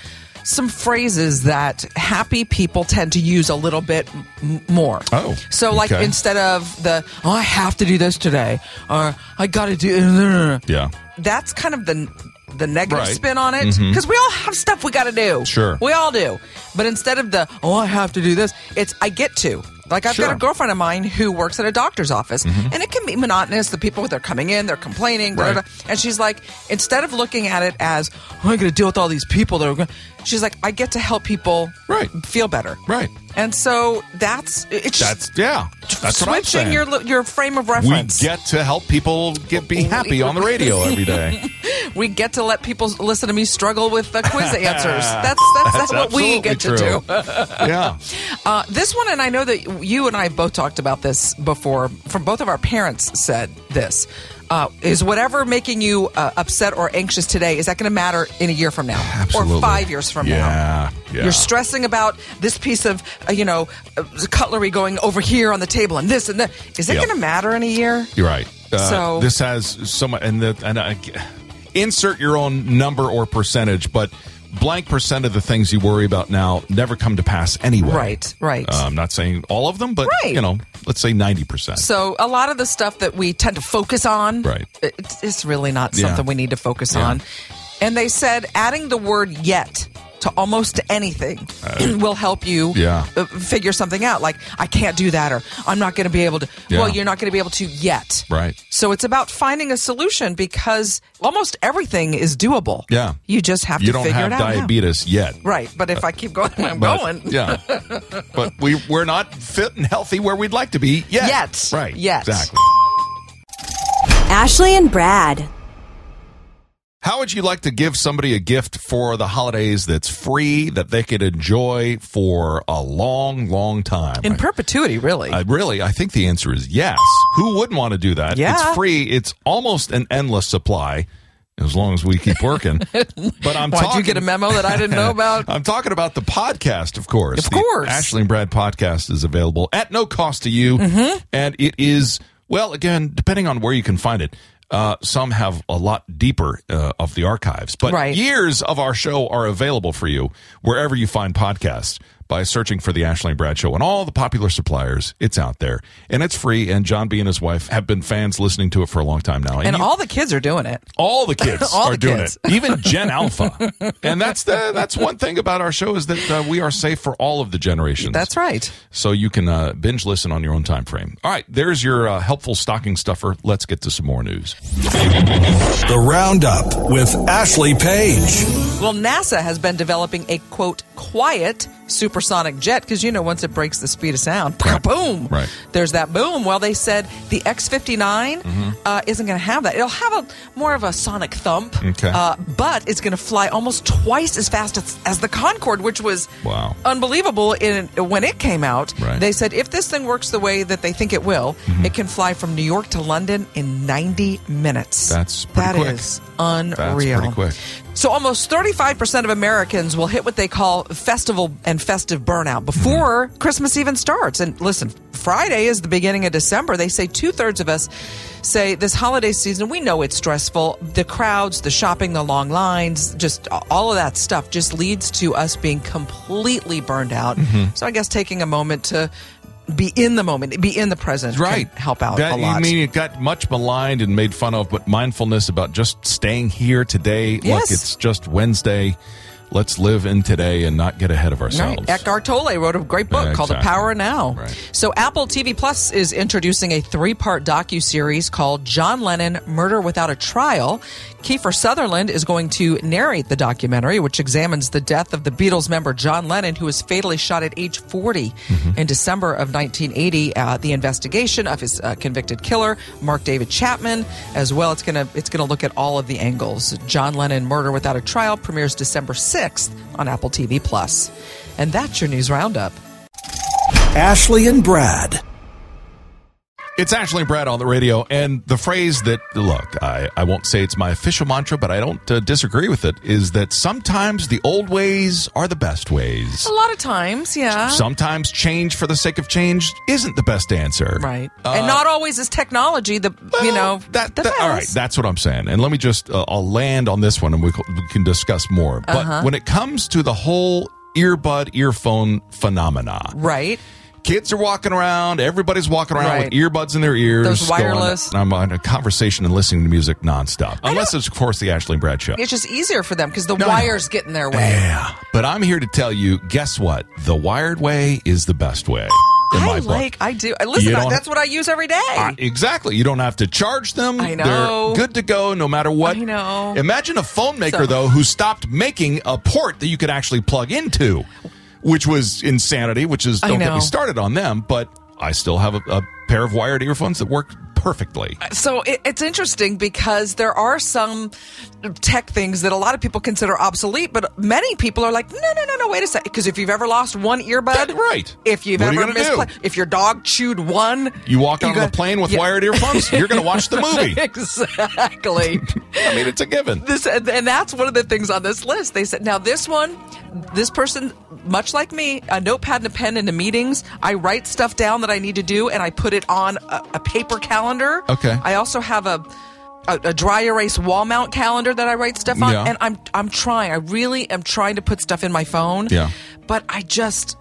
Speaker 2: some phrases that happy people tend to use a little bit m- more.
Speaker 1: Oh,
Speaker 2: so like
Speaker 1: okay.
Speaker 2: instead of the oh I have to do this today or I got to do (laughs)
Speaker 1: yeah.
Speaker 2: that's kind of the the negative
Speaker 1: Right. Mm-hmm.
Speaker 2: spin on it because we all have stuff we got to do.
Speaker 1: Sure.
Speaker 2: we all do. But instead of the oh, I have to do this, it's I get to. Like I've
Speaker 1: Sure. Mm-hmm.
Speaker 2: got a girlfriend of mine who works at a doctor's office, and it can be monotonous. The people they're coming in, they're complaining, da, da,
Speaker 1: Right.
Speaker 2: da. and she's like, instead of looking at it as oh, I'm going to deal with all these people, that are going she's like, I get to help people
Speaker 1: Right.
Speaker 2: feel better,
Speaker 1: Right.
Speaker 2: And so that's it's
Speaker 1: That's
Speaker 2: just
Speaker 1: yeah. That's what I'm
Speaker 2: switching
Speaker 1: saying.
Speaker 2: your li- your frame of
Speaker 1: we
Speaker 2: reference.
Speaker 1: get to help people get be happy on the radio every day.
Speaker 2: We get to let people listen to me struggle with the
Speaker 1: (laughs)
Speaker 2: quiz answers. That's that's, (laughs) that's, what we
Speaker 1: absolutely
Speaker 2: get
Speaker 1: true.
Speaker 2: to do. (laughs)
Speaker 1: yeah.
Speaker 2: Uh, this one, and I know that you and I both talked about this before. From both of our parents said this uh, is whatever making you uh, upset or anxious today is that going to matter in a year from now
Speaker 1: Absolutely.
Speaker 2: or five years from
Speaker 1: Yeah,
Speaker 2: now?
Speaker 1: yeah.
Speaker 2: You're stressing about this piece of uh, you know uh, cutlery going over here on the table and this and that. Is it
Speaker 1: Yep.
Speaker 2: going to matter in a year?
Speaker 1: You're right. Uh,
Speaker 2: So-
Speaker 1: this has so much, and the and I, insert your own number or percentage, but blank percent of the things you worry about now never come to pass anyway.
Speaker 2: Right, right.
Speaker 1: Uh, I'm not saying all of them, but
Speaker 2: Right.
Speaker 1: you know, let's say ninety percent.
Speaker 2: So a lot of the stuff that we tend to focus on,
Speaker 1: Right.
Speaker 2: It's, it's really not
Speaker 1: Yeah.
Speaker 2: something we need to focus
Speaker 1: Yeah.
Speaker 2: on. And they said adding the word "yet" to almost anything (clears throat) will help you
Speaker 1: Uh, Yeah.
Speaker 2: uh, figure something out. Like I can't do that, or I'm not going to be able to.
Speaker 1: Yeah.
Speaker 2: Well, you're not going to be able to yet.
Speaker 1: Right.
Speaker 2: So it's about finding a solution because almost everything is doable.
Speaker 1: Yeah.
Speaker 2: You just have
Speaker 1: you
Speaker 2: to
Speaker 1: don't
Speaker 2: figure
Speaker 1: have
Speaker 2: it out. now.
Speaker 1: diabetes yet.
Speaker 2: Right. But if I keep going, where I'm
Speaker 1: But-
Speaker 2: going. (laughs)
Speaker 1: Yeah. but we we're not fit and healthy where we'd like to be yet.
Speaker 2: Yet.
Speaker 1: Right.
Speaker 2: Yet.
Speaker 1: Exactly.
Speaker 4: Ashley and Brad.
Speaker 1: How would you like to give somebody a gift for the holidays that's free that they could enjoy for a long, long time?
Speaker 2: In perpetuity, really.
Speaker 1: I really, I think the answer is yes. Who wouldn't want to do that?
Speaker 2: Yeah.
Speaker 1: It's free. It's almost an endless supply as long as we keep
Speaker 2: (laughs)
Speaker 1: working. but I'm
Speaker 2: Why'd
Speaker 1: talking,
Speaker 2: you get a memo that
Speaker 1: (laughs)
Speaker 2: I didn't know about?
Speaker 1: I'm talking about the podcast, of course.
Speaker 2: Of
Speaker 1: The
Speaker 2: course.
Speaker 1: Ashley and Brad podcast is available at no cost to you.
Speaker 2: Mm-hmm.
Speaker 1: And it is, well, again, depending on where you can find it. Uh, some have a lot deeper uh, of the archives, but
Speaker 2: Right.
Speaker 1: years of our show are available for you wherever you find podcasts by searching for the Ashley and Brad Show and all the popular suppliers. It's out there and it's free. And John B and his wife have been fans listening to it for a long time now.
Speaker 2: and
Speaker 1: you-
Speaker 2: all the kids are doing it.
Speaker 1: (laughs) all the kids
Speaker 2: All
Speaker 1: are
Speaker 2: the
Speaker 1: doing
Speaker 2: kids.
Speaker 1: it, even Gen Alpha, (laughs) and that's the that's one thing about our show is that uh, we are safe for all of the generations.
Speaker 2: That's right.
Speaker 1: So you can uh, binge listen on your own time frame. All right, there's your uh, helpful stocking stuffer. Let's get to some more news.
Speaker 3: The Roundup with Ashley Page.
Speaker 2: Well, NASA has been developing a quote quiet supersonic jet because you know once it breaks the speed of sound, (laughs) boom,
Speaker 1: Right.
Speaker 2: There's that boom. Well, they said the X fifty nine
Speaker 1: Mm-hmm.
Speaker 2: uh, isn't going to have that. It'll have a more of a sonic thump,
Speaker 1: Okay.
Speaker 2: uh, but it's going to fly almost twice as fast as, as the Concorde, which was
Speaker 1: Wow.
Speaker 2: unbelievable. In when it came out,
Speaker 1: Right. Mm-hmm.
Speaker 2: they said if this thing works the way that they think it will, it can fly from New York to London in ninety minutes.
Speaker 1: That's pretty
Speaker 2: That
Speaker 1: quick.
Speaker 2: is unreal.
Speaker 1: That's pretty quick.
Speaker 2: So almost 35% of Americans will hit what they call festival and festive burnout before Christmas even starts. And listen, Friday is the beginning of December. They say two thirds of us say this holiday season, we know it's stressful. The crowds, the shopping, the long lines, just all of that stuff
Speaker 1: Mm-hmm.
Speaker 2: just leads to us being completely burned out. So I guess taking a moment to be in the moment, be in the present.
Speaker 1: right
Speaker 2: Can help out
Speaker 1: that,
Speaker 2: a lot.
Speaker 1: I mean, it got much maligned and made fun of, but mindfulness about just staying here today.
Speaker 2: Yes.
Speaker 1: Look, it's just Wednesday. Let's live in today and not get ahead of
Speaker 2: Right.
Speaker 1: ourselves.
Speaker 2: Eckhart Tolle wrote a great book
Speaker 1: Yeah,
Speaker 2: called The
Speaker 1: exactly.
Speaker 2: Power of Now.
Speaker 1: Right.
Speaker 2: So Apple TV Plus is introducing a three-part docu-series called John Lennon: Murder Without a Trial. Kiefer Sutherland is going to narrate the documentary, which examines the death of the Beatles member John Lennon, who was fatally shot at age 40
Speaker 1: Mm-hmm.
Speaker 2: in December of 1980. Uh, the investigation of his uh, convicted killer, Mark David Chapman, as well. It's gonna it's gonna look at all of the angles. John Lennon: Murder Without a Trial premieres December 6th on Apple TV Plus, and that's your news roundup.
Speaker 3: Ashley and Brad.
Speaker 1: It's Ashley and Brad on the radio, and the phrase that look, I, I won't say it's my official mantra, but I don't uh, disagree with it. Is that sometimes the old ways are the best ways.
Speaker 2: A lot of times, yeah.
Speaker 1: Sometimes change for the sake of change isn't the best answer.
Speaker 2: right.
Speaker 1: Uh,
Speaker 2: and not always is technology the, you know,
Speaker 1: that,
Speaker 2: the
Speaker 1: that- all right
Speaker 2: best.
Speaker 1: that's what i'm saying and let me just uh, i'll land on this one and we, c- we can discuss more but
Speaker 2: Uh-huh.
Speaker 1: when it comes to the whole earbud earphone phenomena
Speaker 2: Right.
Speaker 1: kids are walking around everybody's walking around with
Speaker 2: Right.
Speaker 1: earbuds in their ears
Speaker 2: Those wireless-
Speaker 1: going, i'm on a conversation and listening to music nonstop unless it's of course the ashley and brad show
Speaker 2: It's just easier for them because the
Speaker 1: No, I know.
Speaker 2: wires get in their way.
Speaker 1: yeah but i'm here to tell you guess what the wired way is the best way in
Speaker 2: I
Speaker 1: my book.
Speaker 2: like, I do. I Listen,
Speaker 1: You
Speaker 2: I,
Speaker 1: don't-
Speaker 2: that's what I use every day.
Speaker 1: I- exactly. You don't have to charge them.
Speaker 2: I know.
Speaker 1: They're good to go no matter what.
Speaker 2: I know.
Speaker 1: Imagine a phone maker,
Speaker 2: So-
Speaker 1: though, who stopped making a port that you could actually plug into, which was insanity, which is,
Speaker 2: I
Speaker 1: don't get
Speaker 2: know.
Speaker 1: me started on them, but I still have a, a pair of wired earphones that work perfectly.
Speaker 2: so it, it's interesting because there are some tech things that a lot of people consider obsolete, but many people are like, no, no, no, no, wait a second. Because if you've ever lost one earbud,
Speaker 1: That- right.
Speaker 2: If you've
Speaker 1: What are you
Speaker 2: ever
Speaker 1: gonna do?
Speaker 2: mispla- if your dog chewed one,
Speaker 1: You walk out on
Speaker 2: go-
Speaker 1: the plane with
Speaker 2: Yeah.
Speaker 1: wired earphones, you're going to watch
Speaker 2: (laughs)
Speaker 1: the movie.
Speaker 2: exactly.
Speaker 1: I mean, it's a given.
Speaker 2: this and, and that's one of the things on this list they said now this one this person much like me a notepad and a pen into meetings i write stuff down that i need to do and i put it on a, a paper calendar
Speaker 1: Okay.
Speaker 2: i also have a a, a dry erase wall mount calendar that I write stuff on,
Speaker 1: Yeah.
Speaker 2: and I'm I'm trying. I really am trying to put stuff in my phone.
Speaker 1: Yeah.
Speaker 2: but I just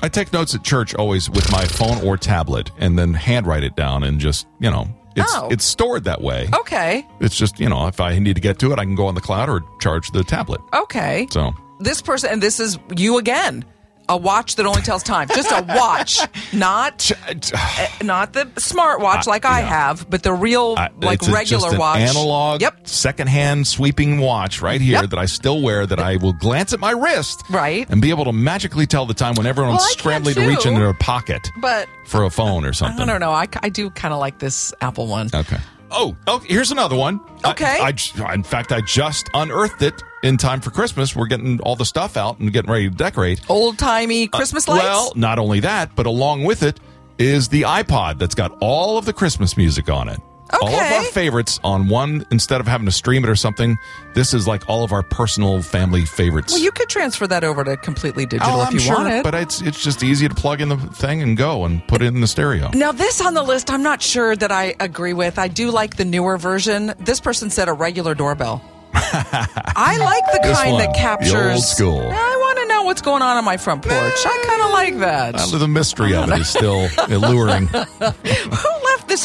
Speaker 1: I take notes at church always with my phone or tablet and then handwrite it down and just, you know, it's,
Speaker 2: Oh.
Speaker 1: it's stored that way.
Speaker 2: okay,
Speaker 1: It's just, you know, if I need to get to it, I can go on the cloud or charge the tablet.
Speaker 2: okay.
Speaker 1: So,
Speaker 2: this person, and this is you again. A watch that only tells time. Just a watch, (laughs) not uh, not the smart watch like I
Speaker 1: yeah.
Speaker 2: have, but the real
Speaker 1: I-
Speaker 2: like
Speaker 1: it's a-
Speaker 2: regular
Speaker 1: just an
Speaker 2: watch,
Speaker 1: analog,
Speaker 2: Yep.
Speaker 1: secondhand sweeping watch right here
Speaker 2: Yep.
Speaker 1: that I still wear that I will glance at my wrist
Speaker 2: Right.
Speaker 1: and be able to magically tell the time when everyone's
Speaker 2: Well, I can
Speaker 1: scrambling to reach
Speaker 2: too.
Speaker 1: into their pocket
Speaker 2: But
Speaker 1: for a phone or
Speaker 2: I
Speaker 1: something.
Speaker 2: don't know. I, I do kind of like this Apple one.
Speaker 1: Okay. Oh, oh, here's another one. I-
Speaker 2: Okay.
Speaker 1: I, j- in fact, I just unearthed it in time for Christmas. We're getting all the stuff out and getting ready to decorate.
Speaker 2: Old timey Christmas lights.
Speaker 1: uh, Well, not only that, but along with it is the iPod that's got all of the Christmas music on it. All of
Speaker 2: Okay.
Speaker 1: our favorites on one instead of having to stream it or something. This is like all of our personal family favorites.
Speaker 2: Well, you could transfer that over to completely digital
Speaker 1: Oh,
Speaker 2: if
Speaker 1: I'm
Speaker 2: you
Speaker 1: sure,
Speaker 2: want it.
Speaker 1: but it's it's just easy to plug in the thing and go and put it in the stereo.
Speaker 2: now, this on the list, I'm not sure that I agree with. I do like the newer version. This person said a
Speaker 1: (laughs)
Speaker 2: regular doorbell. I like the
Speaker 1: This
Speaker 2: kind
Speaker 1: one,
Speaker 2: that
Speaker 1: the
Speaker 2: captures
Speaker 1: old school.
Speaker 2: I want to know what's going on on my front porch. I kind of like that.
Speaker 1: Uh, the mystery of it is
Speaker 2: (laughs)
Speaker 1: still alluring.
Speaker 2: who left this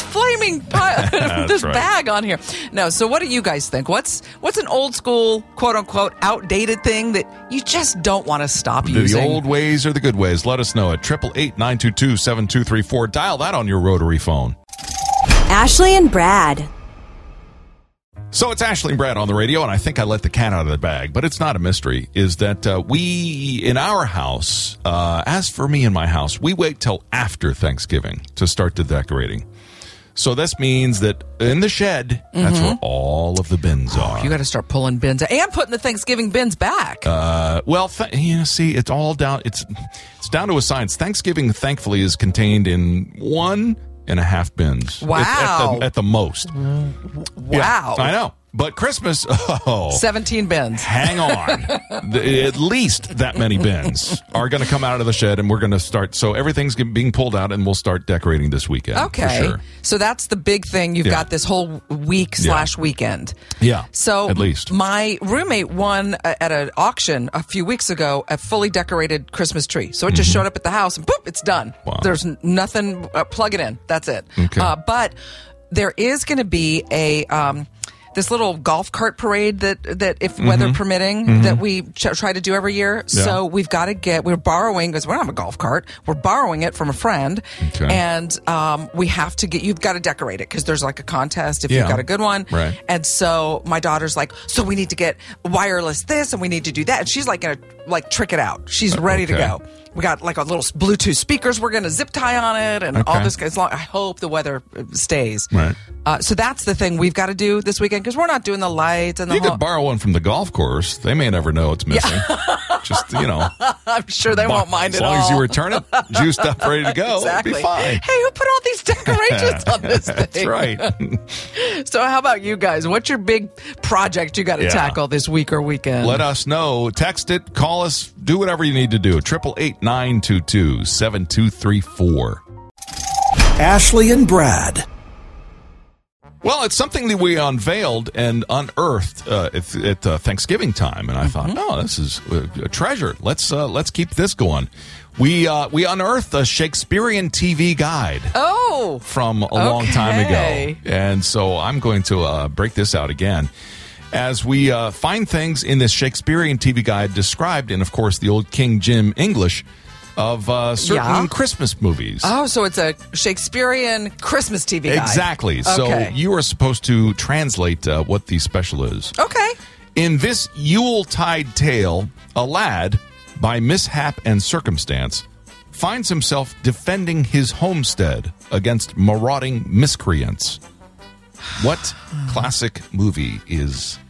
Speaker 1: (laughs)
Speaker 2: flaming (laughs) pile, this
Speaker 1: right.
Speaker 2: bag on here? No. So, what do you guys think? What's what's an old school, quote unquote, outdated thing that you just don't want to stop
Speaker 1: Do the
Speaker 2: using?
Speaker 1: old ways or the good ways? Let us know at 888-922-7234. Dial that on your rotary phone.
Speaker 4: Ashley and Brad.
Speaker 1: So it's Ashley and Brad on the radio, and I think I let the cat out of the bag, but it's not a mystery. Is that uh, we in our house? Uh, as for me in my house, we wait till after Thanksgiving to start the decorating. So this means that in the shed, that's where all of the bins are.
Speaker 2: you got to start pulling bins and putting the Thanksgiving bins back.
Speaker 1: Uh, well, th- you know, see, it's all down. It's it's down to a science. Thanksgiving, thankfully, is contained in one and a half bins. At- At,
Speaker 2: Wow.
Speaker 1: the, at the most.
Speaker 2: wow.
Speaker 1: I know. But Christmas, (laughs) oh,
Speaker 2: 17 bins.
Speaker 1: hang on. The- At least that many
Speaker 2: (laughs)
Speaker 1: bins are going to come out of the shed, and we're going to start. So everything's g- being pulled out, and we'll start decorating this weekend. for
Speaker 2: Okay.
Speaker 1: sure.
Speaker 2: So that's the big thing. You've
Speaker 1: Yeah.
Speaker 2: got this whole week
Speaker 1: Yeah.
Speaker 2: slash weekend.
Speaker 1: Yeah,
Speaker 2: So
Speaker 1: at least.
Speaker 2: my roommate won a- at an auction a few weeks ago a fully decorated Christmas tree. So it just showed up at the house and boop, it's done.
Speaker 1: Mm-hmm. Wow.
Speaker 2: There's n- nothing. Uh, plug it in. That's it.
Speaker 1: Okay.
Speaker 2: Uh, but there is going to be a. Um, this little golf cart parade that that if
Speaker 1: Mm-hmm.
Speaker 2: weather permitting that we ch- try to do every year.
Speaker 1: Yeah.
Speaker 2: So we've got to get we're borrowing because we don't have a golf cart. We're borrowing it from a friend,
Speaker 1: Okay.
Speaker 2: and um, we have to get you've got to decorate it because there's like a contest if
Speaker 1: Yeah.
Speaker 2: you've got a good one.
Speaker 1: Right.
Speaker 2: And so my daughter's like, so we need to get wireless this and we need to do that. And she's like gonna like trick it out. She's ready to
Speaker 1: Uh, okay.
Speaker 2: go. We got like a little s- Bluetooth speakers. We're gonna zip tie on it and all
Speaker 1: Okay.
Speaker 2: this. As long, I hope the weather uh, stays.
Speaker 1: Right.
Speaker 2: Uh, so that's the thing we've got to do this weekend because we're not doing the lights and the
Speaker 1: You
Speaker 2: whole.
Speaker 1: could borrow one from the golf course. They may never know it's missing. Just you know,
Speaker 2: (laughs) I'm sure (laughs) they won't mind
Speaker 1: as
Speaker 2: at
Speaker 1: long
Speaker 2: all.
Speaker 1: as you return it, juiced up, ready to go,
Speaker 2: exactly.
Speaker 1: it'd be fine.
Speaker 2: Hey, who put all these (laughs) decorations on this
Speaker 1: (laughs)
Speaker 2: thing?
Speaker 1: That's right.
Speaker 2: So, how about you guys? What's your big project you got to
Speaker 1: Yeah.
Speaker 2: tackle this week or weekend?
Speaker 1: Let us know. Text it, call us, do whatever you need to do. Triple eight nine two two seven two three four.
Speaker 3: Ashley and Brad.
Speaker 1: Well, it's something that we unveiled and unearthed uh, at, at uh, Thanksgiving time, and I thought, no, this is a, a treasure. Let's uh, let's keep this going. We uh, we unearthed a Shakespearean TV guide
Speaker 2: oh,
Speaker 1: from a long time
Speaker 2: Okay.
Speaker 1: ago, and so I'm going to uh, break this out again as we uh, find things in this Shakespearean TV guide described in, of course, the old King Jim English of uh, certain
Speaker 2: Yeah.
Speaker 1: Christmas movies.
Speaker 2: Oh, so it's a Shakespearean Christmas TV guide.
Speaker 1: Exactly. So
Speaker 2: Okay.
Speaker 1: you are supposed to translate uh, what the special is.
Speaker 2: Okay.
Speaker 1: In this Yuletide tale, a lad, by mishap and circumstance, finds himself defending his homestead against marauding miscreants. What classic movie is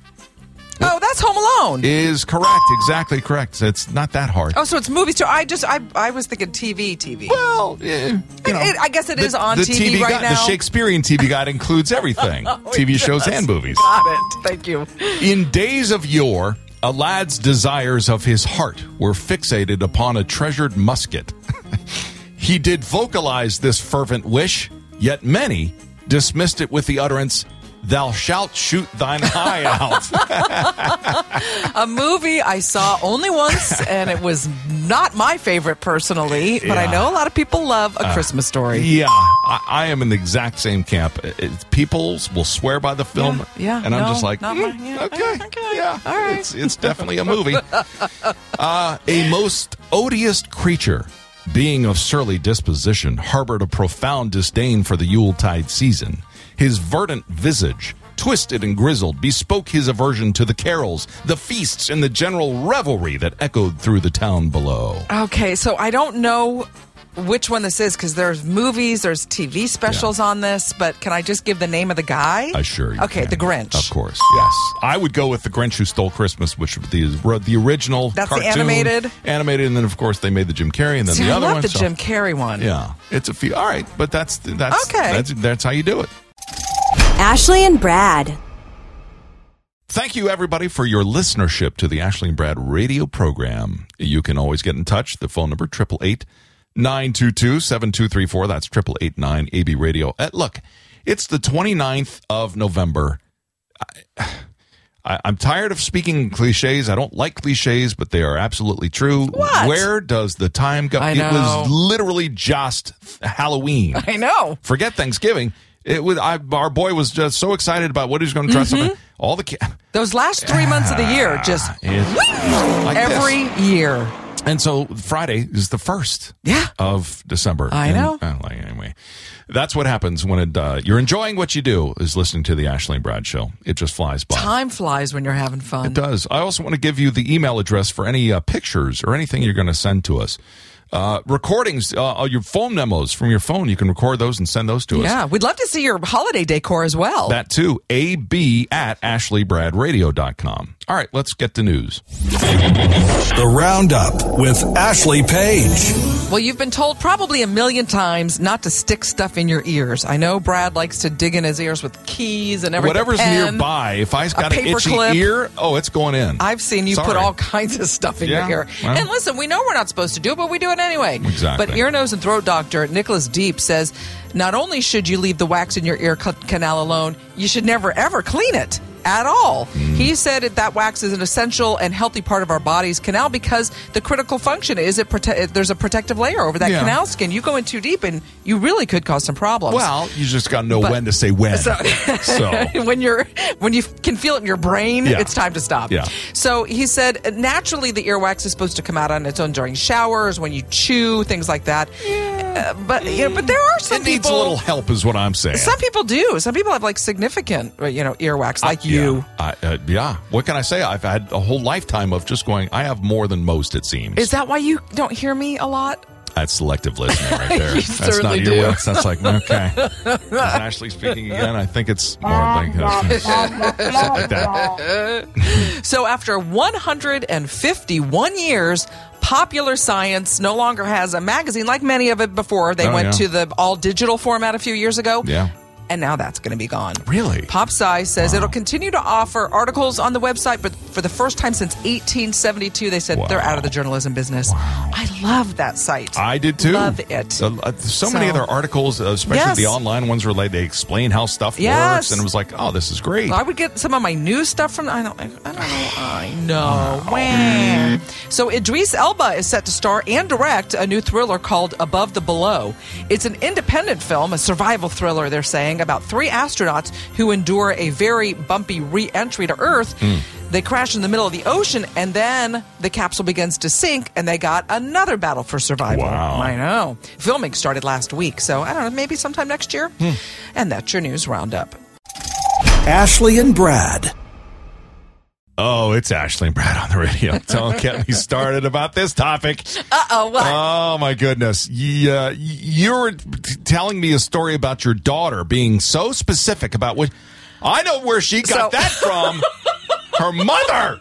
Speaker 2: Oh, that's Home Alone.
Speaker 1: is correct? Exactly correct. It's not that hard.
Speaker 2: oh, so it's movies too. I just I I was thinking TV, TV.
Speaker 1: Well, eh, you know,
Speaker 2: It- it- I guess it is on TV right
Speaker 1: guide- The
Speaker 2: now. Oh,
Speaker 1: Shakespearean TV guide
Speaker 2: (laughs)
Speaker 1: includes everything: TV shows and movies.
Speaker 2: Got it. Thank you.
Speaker 1: In days of yore, a lad's desires of his heart were fixated upon a treasured musket. (laughs) he did vocalize this fervent wish, yet many dismissed it with the utterance, Thou shalt shoot thine eye out.
Speaker 2: A movie I saw
Speaker 1: (laughs)
Speaker 2: only once, and it was not my favorite personally, but
Speaker 1: Yeah. Uh,
Speaker 2: I know a lot of people love A Christmas Story.
Speaker 1: yeah, I, I am in the exact same camp. It- it- people will swear by the film,
Speaker 2: Yeah, yeah,
Speaker 1: and I'm
Speaker 2: no,
Speaker 1: just like,
Speaker 2: not
Speaker 1: "Mm,
Speaker 2: mine, yeah,
Speaker 1: okay,
Speaker 2: eh, okay,
Speaker 1: yeah,
Speaker 2: all right."
Speaker 1: it's, it's definitely a
Speaker 2: (laughs)
Speaker 1: movie. Uh, a most odious creature, being of surly disposition, harbored a profound disdain for the Yuletide season. His verdant visage, twisted and grizzled, bespoke his aversion to the carols, the feasts, and the general revelry that echoed through the town below.
Speaker 2: Okay, so I don't know which one this is because there's movies, there's TV specials on this, but can I just give the name of the guy?
Speaker 1: I sure you
Speaker 2: Okay,
Speaker 1: can.
Speaker 2: The Grinch.
Speaker 1: Of course, yes. I would go with The Grinch Who Stole Christmas, which was the, the original
Speaker 2: That's the
Speaker 1: cartoon.
Speaker 2: animated?
Speaker 1: Animated, and then, of course, they made the Jim Carrey, and then
Speaker 2: See,
Speaker 1: the
Speaker 2: I
Speaker 1: other
Speaker 2: love
Speaker 1: one.
Speaker 2: the
Speaker 1: so-
Speaker 2: Jim Carrey one.
Speaker 1: Yeah, it's a few. All right, but that's that's
Speaker 2: Okay.
Speaker 1: That's, that's how you do it.
Speaker 4: Ashley and Brad.
Speaker 1: Thank you, everybody, for your listenership to the Ashley and Brad radio program. You can always get in touch. The phone number, 888 922 7234. That's 889 AB Radio. Uh, look, it's the 29th of November. I, I, I'm tired of speaking cliches. I don't like cliches, but they are absolutely true.
Speaker 2: What?
Speaker 1: Where does the time go?
Speaker 2: I
Speaker 1: It was
Speaker 2: know.
Speaker 1: literally just
Speaker 2: (laughs)
Speaker 1: Halloween
Speaker 2: I know.
Speaker 1: forget Thanksgiving. It was I, our boy was just so excited about what he was going to
Speaker 2: Mm-hmm.
Speaker 1: dress up. in. All the ki-
Speaker 2: Those last three months of the year, just
Speaker 1: It's like this.
Speaker 2: every year.
Speaker 1: and so Friday is the first
Speaker 2: Yeah.
Speaker 1: of December.
Speaker 2: I
Speaker 1: And-
Speaker 2: know.
Speaker 1: uh, like, anyway, that's what happens when it, uh, you're enjoying what you do is listening to the Ashley and Brad show. It just flies by.
Speaker 2: Time flies when you're having fun.
Speaker 1: It does. I also want to give you the email address for any uh, pictures or anything you're going to send to us. Uh, recordings, uh, all your phone memos from your phone, you can record those and send those to us.
Speaker 2: Yeah, we'd love to see your holiday decor as well.
Speaker 1: That too, ab at ashleybradradio.com. All right, let's get the news.
Speaker 3: The Roundup with Ashley Page.
Speaker 2: Well, you've been told probably a million times not to stick stuff in your ears. I know Brad likes to dig in his ears with keys and everything.
Speaker 1: Whatever's
Speaker 2: Pen.
Speaker 1: nearby, if I've got an
Speaker 2: paper
Speaker 1: itchy
Speaker 2: clip.
Speaker 1: ear, oh, it's going in.
Speaker 2: (laughs) I've seen you put
Speaker 1: Sorry.
Speaker 2: all kinds of stuff in
Speaker 1: Yeah,
Speaker 2: your ear.
Speaker 1: well.
Speaker 2: And listen, we know we're not supposed to do it, but we do it anyway.
Speaker 1: Exactly.
Speaker 2: But ear, nose, and throat doctor Nicholas Deep says not only should you leave the wax in your ear ca- canal alone, you should never ever clean it at all.
Speaker 1: Mm.
Speaker 2: He said that, that wax is an essential and healthy part of our body's canal because the critical function is it prote- there's a protective layer over that
Speaker 1: Yeah.
Speaker 2: canal skin. You go in too deep and you really could cause some problems.
Speaker 1: Well, you just got to know
Speaker 2: But-
Speaker 1: when to say when.
Speaker 2: So- (laughs)
Speaker 1: So-
Speaker 2: when you're when you can feel it in your brain,
Speaker 1: Yeah.
Speaker 2: it's time to stop.
Speaker 1: Yeah.
Speaker 2: So he said naturally the earwax is supposed to come out on its own during showers, when you chew, things like that. Uh, but you know, but there are some
Speaker 1: it needs
Speaker 2: people
Speaker 1: a little help, is what I'm saying.
Speaker 2: some people do. Some people have like significant uh, you know earwax like
Speaker 1: Yeah.
Speaker 2: you.
Speaker 1: I, uh, yeah. What can I say? I've had a whole lifetime of just going, I have more than most, it seems.
Speaker 2: Is that why you don't hear me a lot?
Speaker 1: That's selective listening
Speaker 2: (laughs)
Speaker 1: right there. That's
Speaker 2: certainly
Speaker 1: not
Speaker 2: do.
Speaker 1: earwax. That's like,
Speaker 2: (laughs)
Speaker 1: okay. Is Ashley speaking again? I think it's more like, uh, (laughs) something like that.
Speaker 2: So after 151 years, Popular Science no longer has a magazine like many of it before. They
Speaker 1: Oh,
Speaker 2: went
Speaker 1: yeah.
Speaker 2: to the all digital format a few years ago.
Speaker 1: Yeah.
Speaker 2: And now that's going to be gone.
Speaker 1: Really?
Speaker 2: Pop Sci says it'll continue to offer articles on the website, but for the first time since 1872, they said
Speaker 1: Wow.
Speaker 2: they're out of the journalism business. I love that site.
Speaker 1: I did too.
Speaker 2: Love it.
Speaker 1: Uh, uh, so, many
Speaker 2: So-
Speaker 1: other articles, uh, especially
Speaker 2: Yes.
Speaker 1: the online ones, where like, they explain how stuff works,
Speaker 2: Yes.
Speaker 1: and it was like, oh, this is great.
Speaker 2: I would get some of my new stuff from. I don't. I don't know. I know. Wah. So Idris Elba is set to star and direct a new thriller called Above the Below. It's an independent film, a survival thriller. They're saying about three astronauts who endure a very bumpy re-entry to Earth. They crash in the middle of the ocean, and then the capsule begins to sink, and they got another battle for survival.
Speaker 1: Wow.
Speaker 2: I know. Filming started last week, so I don't know. Maybe sometime next year. And that's your news roundup.
Speaker 3: Ashley and Brad.
Speaker 1: Oh, it's Ashley and Brad on the
Speaker 2: (laughs)
Speaker 1: radio. Don't get me started about this topic. Uh oh,
Speaker 2: what?
Speaker 1: Oh my goodness! You, uh, you were t- telling me a story about your daughter being so specific about what. I know where she got
Speaker 2: So-
Speaker 1: that
Speaker 2: (laughs)
Speaker 1: from. Her mother.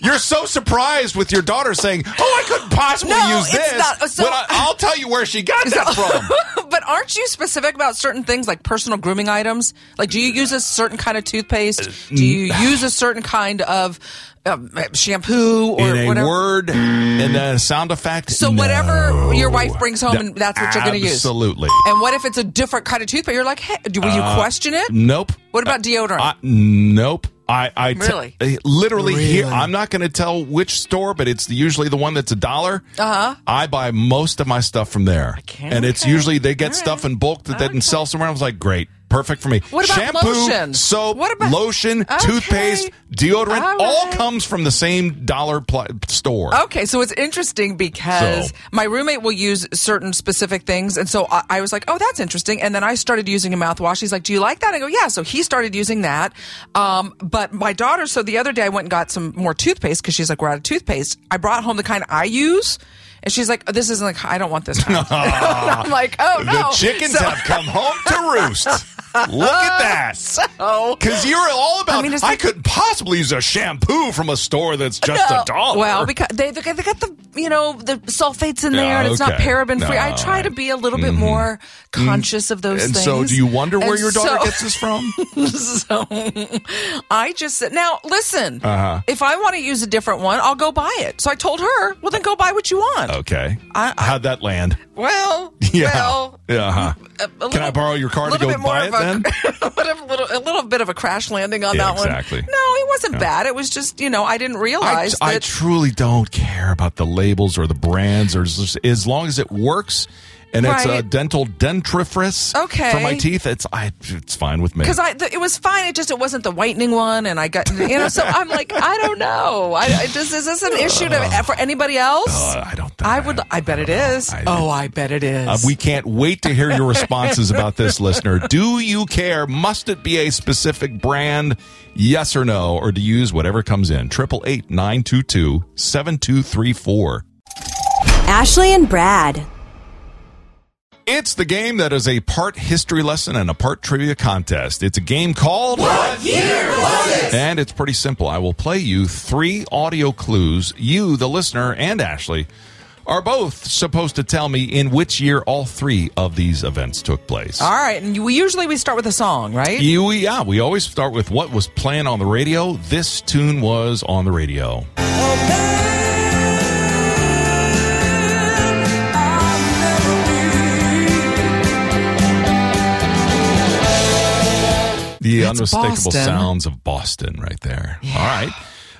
Speaker 1: You're so surprised with your daughter saying, "Oh, I couldn't possibly
Speaker 2: No,
Speaker 1: use
Speaker 2: it's
Speaker 1: this."
Speaker 2: not. uh, So-
Speaker 1: but I, I'll tell you where she
Speaker 2: (laughs)
Speaker 1: got that from.
Speaker 2: but aren't you specific about certain things like personal grooming items? Like, do you use a certain kind of toothpaste?
Speaker 1: Uh,
Speaker 2: Do you use a certain kind of um, shampoo or
Speaker 1: in a
Speaker 2: whatever?
Speaker 1: word and a sound effect.
Speaker 2: So
Speaker 1: No.
Speaker 2: whatever your wife brings home, and that's what you're going to use.
Speaker 1: Absolutely.
Speaker 2: And what if it's a different kind of toothpaste? You're like, hey, do, will you
Speaker 1: Uh,
Speaker 2: question it?
Speaker 1: Nope. Uh,
Speaker 2: What about deodorant?
Speaker 1: I, nope. I, I te-
Speaker 2: Really?
Speaker 1: I literally here. I'm not going to tell which store, but it's usually the one that's a dollar. Uh huh. I buy most of my stuff from there,
Speaker 2: Uh-huh. can't-
Speaker 1: and it's
Speaker 2: okay.
Speaker 1: usually they get stuff in bulk that they can sell somewhere. I was like, great, perfect for me.
Speaker 2: What about
Speaker 1: Shampoo,
Speaker 2: lotion?
Speaker 1: soap,
Speaker 2: What about-
Speaker 1: lotion,
Speaker 2: Okay.
Speaker 1: toothpaste, deodorant?
Speaker 2: All
Speaker 1: All
Speaker 2: right.
Speaker 1: comes from the same dollar pl- store.
Speaker 2: Okay, so it's interesting because
Speaker 1: So-
Speaker 2: my roommate will use certain specific things, and so I, I was like, "Oh, that's interesting." And then I started using a mouthwash. He's like, "Do you like that?" I go, "Yeah." So he started using that. Um, but my daughter, so the other day I went and got some more toothpaste because she's like, "We're out of toothpaste." I brought home the kind I use, and she's like, oh, "This isn't like I don't want this."
Speaker 1: (laughs)
Speaker 2: Kind. (laughs) And I'm like, "Oh no!"
Speaker 1: The chickens
Speaker 2: So-
Speaker 1: have come home to roost. Look at
Speaker 2: (laughs)
Speaker 1: that. Because you're all about, I,
Speaker 2: I mean, it's like-
Speaker 1: couldn't possibly use a shampoo from a store that's just
Speaker 2: No.
Speaker 1: a dollar.
Speaker 2: Well, because they they got they got the you know the sulfates in
Speaker 1: Yeah,
Speaker 2: there, and it's not
Speaker 1: okay.
Speaker 2: paraben
Speaker 1: No,
Speaker 2: free.
Speaker 1: Mm-hmm.
Speaker 2: I try to be a little bit more conscious of those
Speaker 1: and
Speaker 2: things.
Speaker 1: so, do you wonder where
Speaker 2: And
Speaker 1: your daughter
Speaker 2: so-
Speaker 1: gets this from?
Speaker 2: (laughs) so I just said, now listen,
Speaker 1: Uh-huh.
Speaker 2: if I want to use a different one, I'll go buy it. So I told her, well, then go buy what you want.
Speaker 1: Okay.
Speaker 2: I- I-
Speaker 1: How'd that land?
Speaker 2: Well,
Speaker 1: Oh. (laughs) Yeah.
Speaker 2: well.
Speaker 1: yeah. huh.
Speaker 2: a- a
Speaker 1: Can I
Speaker 2: little-
Speaker 1: borrow your car to
Speaker 2: little
Speaker 1: go
Speaker 2: bit more
Speaker 1: buy it
Speaker 2: of a-
Speaker 1: then?
Speaker 2: (laughs) a, little, a little bit of a crash landing on
Speaker 1: Yeah,
Speaker 2: that one.
Speaker 1: exactly.
Speaker 2: No, it wasn't bad. It was just, you know, I didn't
Speaker 1: I,
Speaker 2: realize
Speaker 1: I
Speaker 2: that.
Speaker 1: truly don't care about the labels or the brands, or just, as long as it works and it's a
Speaker 2: Right.
Speaker 1: dental dentifrice for
Speaker 2: Okay.
Speaker 1: my teeth. It's I, it's fine with me.
Speaker 2: because I th- it was fine. It just it wasn't the whitening one, and I got you know. So I'm like, I don't know. I, I just is this an issue to, for anybody else?
Speaker 1: Uh, I don't.
Speaker 2: I would. I bet it is.
Speaker 1: I-
Speaker 2: oh, I bet it is.
Speaker 1: Uh, we can't wait to hear your responses about this, listener. Do you care? Must it be a specific brand? Yes or no? Or do you use whatever comes in? 888 922 7234.
Speaker 4: Ashley and Brad.
Speaker 1: It's the game that is a part history lesson and a part trivia contest. It's a game called What Year Was It? And it's pretty simple. I will play you three audio clues. You, the listener, and Ashley are both supposed to tell me in which year all three of these events took place.
Speaker 2: All right, and we usually we start with a song, right?
Speaker 1: You, yeah, we always start with what was playing on the radio. This tune was on the radio. The
Speaker 2: That's
Speaker 1: unmistakable
Speaker 2: Boston.
Speaker 1: sounds of Boston right there. All right.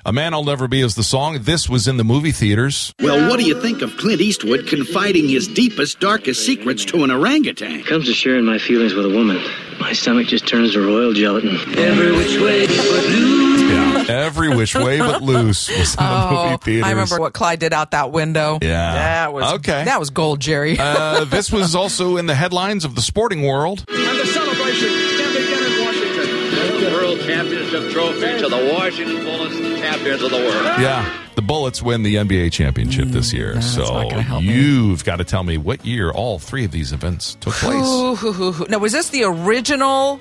Speaker 1: A Man I'll Never Be is the song. This was in the movie theaters.
Speaker 9: Well, what do you think of Clint Eastwood confiding his deepest, darkest secrets to an orangutan?
Speaker 10: comes to sharing my feelings with a woman, my stomach just turns to royal gelatin. Every which way but loose.
Speaker 1: Every Which Way But Loose was in the movie theaters.
Speaker 2: Oh, I remember what Clyde did out that window.
Speaker 1: Yeah.
Speaker 2: that was
Speaker 1: Okay.
Speaker 2: That was gold, Jerry.
Speaker 1: uh, this was also in the headlines of the sporting world.
Speaker 9: And the celebration can begin in Washington. World Championship Trophy to the Washington Bullets, champions of the world.
Speaker 1: Yeah. The Bullets win the NBA championship this year.
Speaker 2: Mm, not gonna
Speaker 1: so
Speaker 2: help me.
Speaker 1: you've got to tell me what year all three of these events took place.
Speaker 2: (laughs) Ooh, hoo, hoo, hoo. Now, was this the original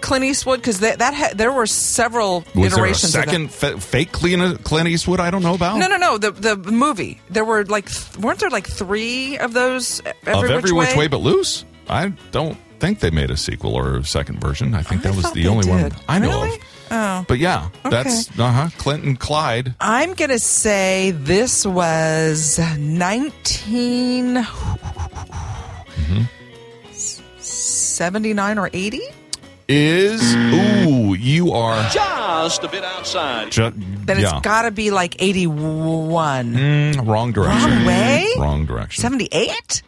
Speaker 2: Clint Eastwood? Because that, that ha- there were several
Speaker 1: Was there a
Speaker 2: iterations. of that.
Speaker 1: second fa- fake Clint, Clint Eastwood? I don't know about.
Speaker 2: No, no, no. The the movie. There were like th- weren't there like three of those? e, Every
Speaker 1: of
Speaker 2: which
Speaker 1: Every Which
Speaker 2: way?
Speaker 1: Way But Loose? I don't think they made a sequel or a second version. I think
Speaker 2: Oh, I
Speaker 1: that was
Speaker 2: thought
Speaker 1: the
Speaker 2: they
Speaker 1: only one
Speaker 2: did.
Speaker 1: I know
Speaker 2: Really?
Speaker 1: of. Oh. But yeah, that's uh huh. Clint and Clyde.
Speaker 2: I'm gonna say this was 1979 or 80.
Speaker 1: Is ooh, you are
Speaker 9: Just a bit outside.
Speaker 1: ju-
Speaker 2: Then
Speaker 1: yeah, Mm-hmm. mm,
Speaker 2: it's got to be like 81,
Speaker 1: wrong direction.
Speaker 2: Wrong way?
Speaker 1: Wrong direction.
Speaker 2: 78.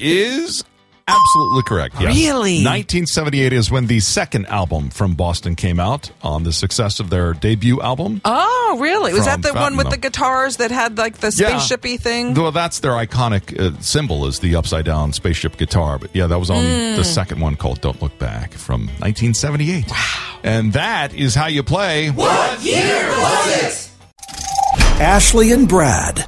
Speaker 1: is absolutely correct. Yes.
Speaker 2: Really?
Speaker 1: 1978 is when the second album from Boston came out on the success of their debut album.
Speaker 2: Oh, really? Was
Speaker 1: From
Speaker 2: that the one with
Speaker 1: Fountain
Speaker 2: the
Speaker 1: of-
Speaker 2: guitars that had like the
Speaker 1: Yeah.
Speaker 2: spaceshipy thing?
Speaker 1: Well, that's their iconic uh, symbol is the upside down spaceship guitar. But yeah, that was on the second one called "Don't Look Back" from 1978. Wow! And that is how you play.
Speaker 3: Ashley and Brad.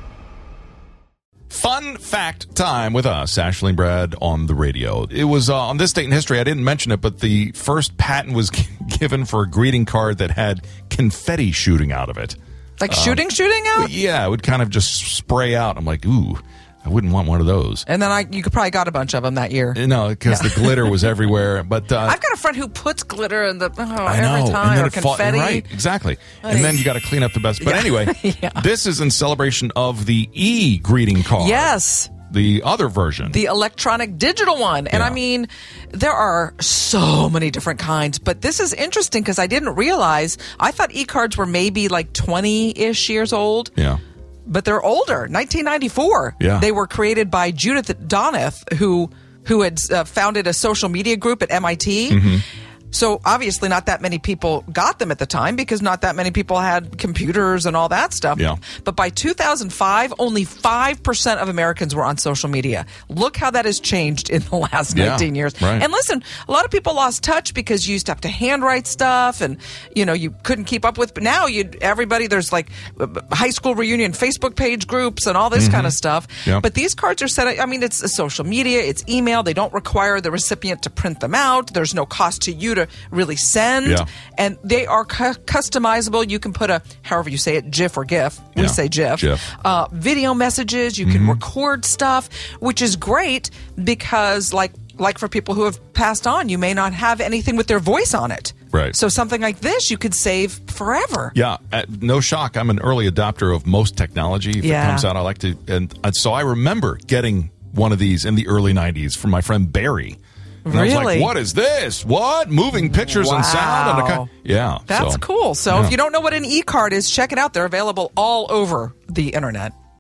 Speaker 1: Fun fact time with us, Ashley and Brad on the radio. It was uh, on this date in history. I didn't mention it, but the first patent was (laughs) given for a greeting card that had confetti shooting out of it.
Speaker 2: like shooting, shooting out.
Speaker 1: uh, Yeah, it would kind of just spray out. I'm like, ooh, I wouldn't want one of those.
Speaker 2: And then I, you could probably got a bunch of them that year.
Speaker 1: You know, because the glitter was everywhere. But uh,
Speaker 2: I've got a friend who puts glitter in the oh,
Speaker 1: I know,
Speaker 2: every
Speaker 1: and
Speaker 2: time
Speaker 1: then
Speaker 2: or
Speaker 1: it fall-
Speaker 2: confetti.
Speaker 1: right? Exactly, and then you got to clean up the best. But anyway,
Speaker 2: (laughs)
Speaker 1: this is in celebration of the E greeting card.
Speaker 2: Yes.
Speaker 1: the other version.
Speaker 2: The electronic digital one. And
Speaker 1: Yeah.
Speaker 2: I mean, there are so many different kinds, but this is interesting because I didn't realize. I thought e cards were maybe like 20 ish years old,
Speaker 1: yeah,
Speaker 2: but they're older. 1994.
Speaker 1: Yeah.
Speaker 2: They were created by Judith Doneth, who, who had uh, founded a social media group at MIT.
Speaker 1: Mm-hmm.
Speaker 2: So obviously, not that many people got them at the time because not that many people had computers and all that stuff.
Speaker 1: Yeah.
Speaker 2: But by 2005, only 5% of Americans were on social media. Look how that has changed in the last
Speaker 1: Yeah,
Speaker 2: 19 years.
Speaker 1: right.
Speaker 2: And listen, a lot of people lost touch because you used to have to handwrite stuff and, you know, you couldn't keep up with. But now you everybody, there's like uh, high school reunion Facebook page groups and all this
Speaker 1: Mm-hmm.
Speaker 2: kind of stuff.
Speaker 1: Yep.
Speaker 2: But these cards are set. I mean, it's social media, it's email. They don't require the recipient to print them out. There's no cost to you to really send.
Speaker 1: Yeah.
Speaker 2: And they are cu- customizable. You can put a, however you say it, GIF or GIF. We
Speaker 1: Yeah,
Speaker 2: say GIF.
Speaker 1: GIF.
Speaker 2: Uh, video messages. You
Speaker 1: Mm-hmm.
Speaker 2: can record stuff, which is great because, like, like for people who have passed on, you may not have anything with their voice on it.
Speaker 1: Right.
Speaker 2: So something like this, you could save forever.
Speaker 1: yeah. uh, no shock. I'm an early adopter of most technology. If it
Speaker 2: Yeah.
Speaker 1: comes out, I like to. And, and so I remember getting one of these in the early '90s from my friend Barry. And I was like,
Speaker 2: Really?
Speaker 1: "What is this? What moving pictures and sound?" And a
Speaker 2: Wow.
Speaker 1: co- yeah,
Speaker 2: That's
Speaker 1: so-
Speaker 2: cool. So
Speaker 1: Yeah.
Speaker 2: if you don't know what an e card is, check it out. They're available all over the internet.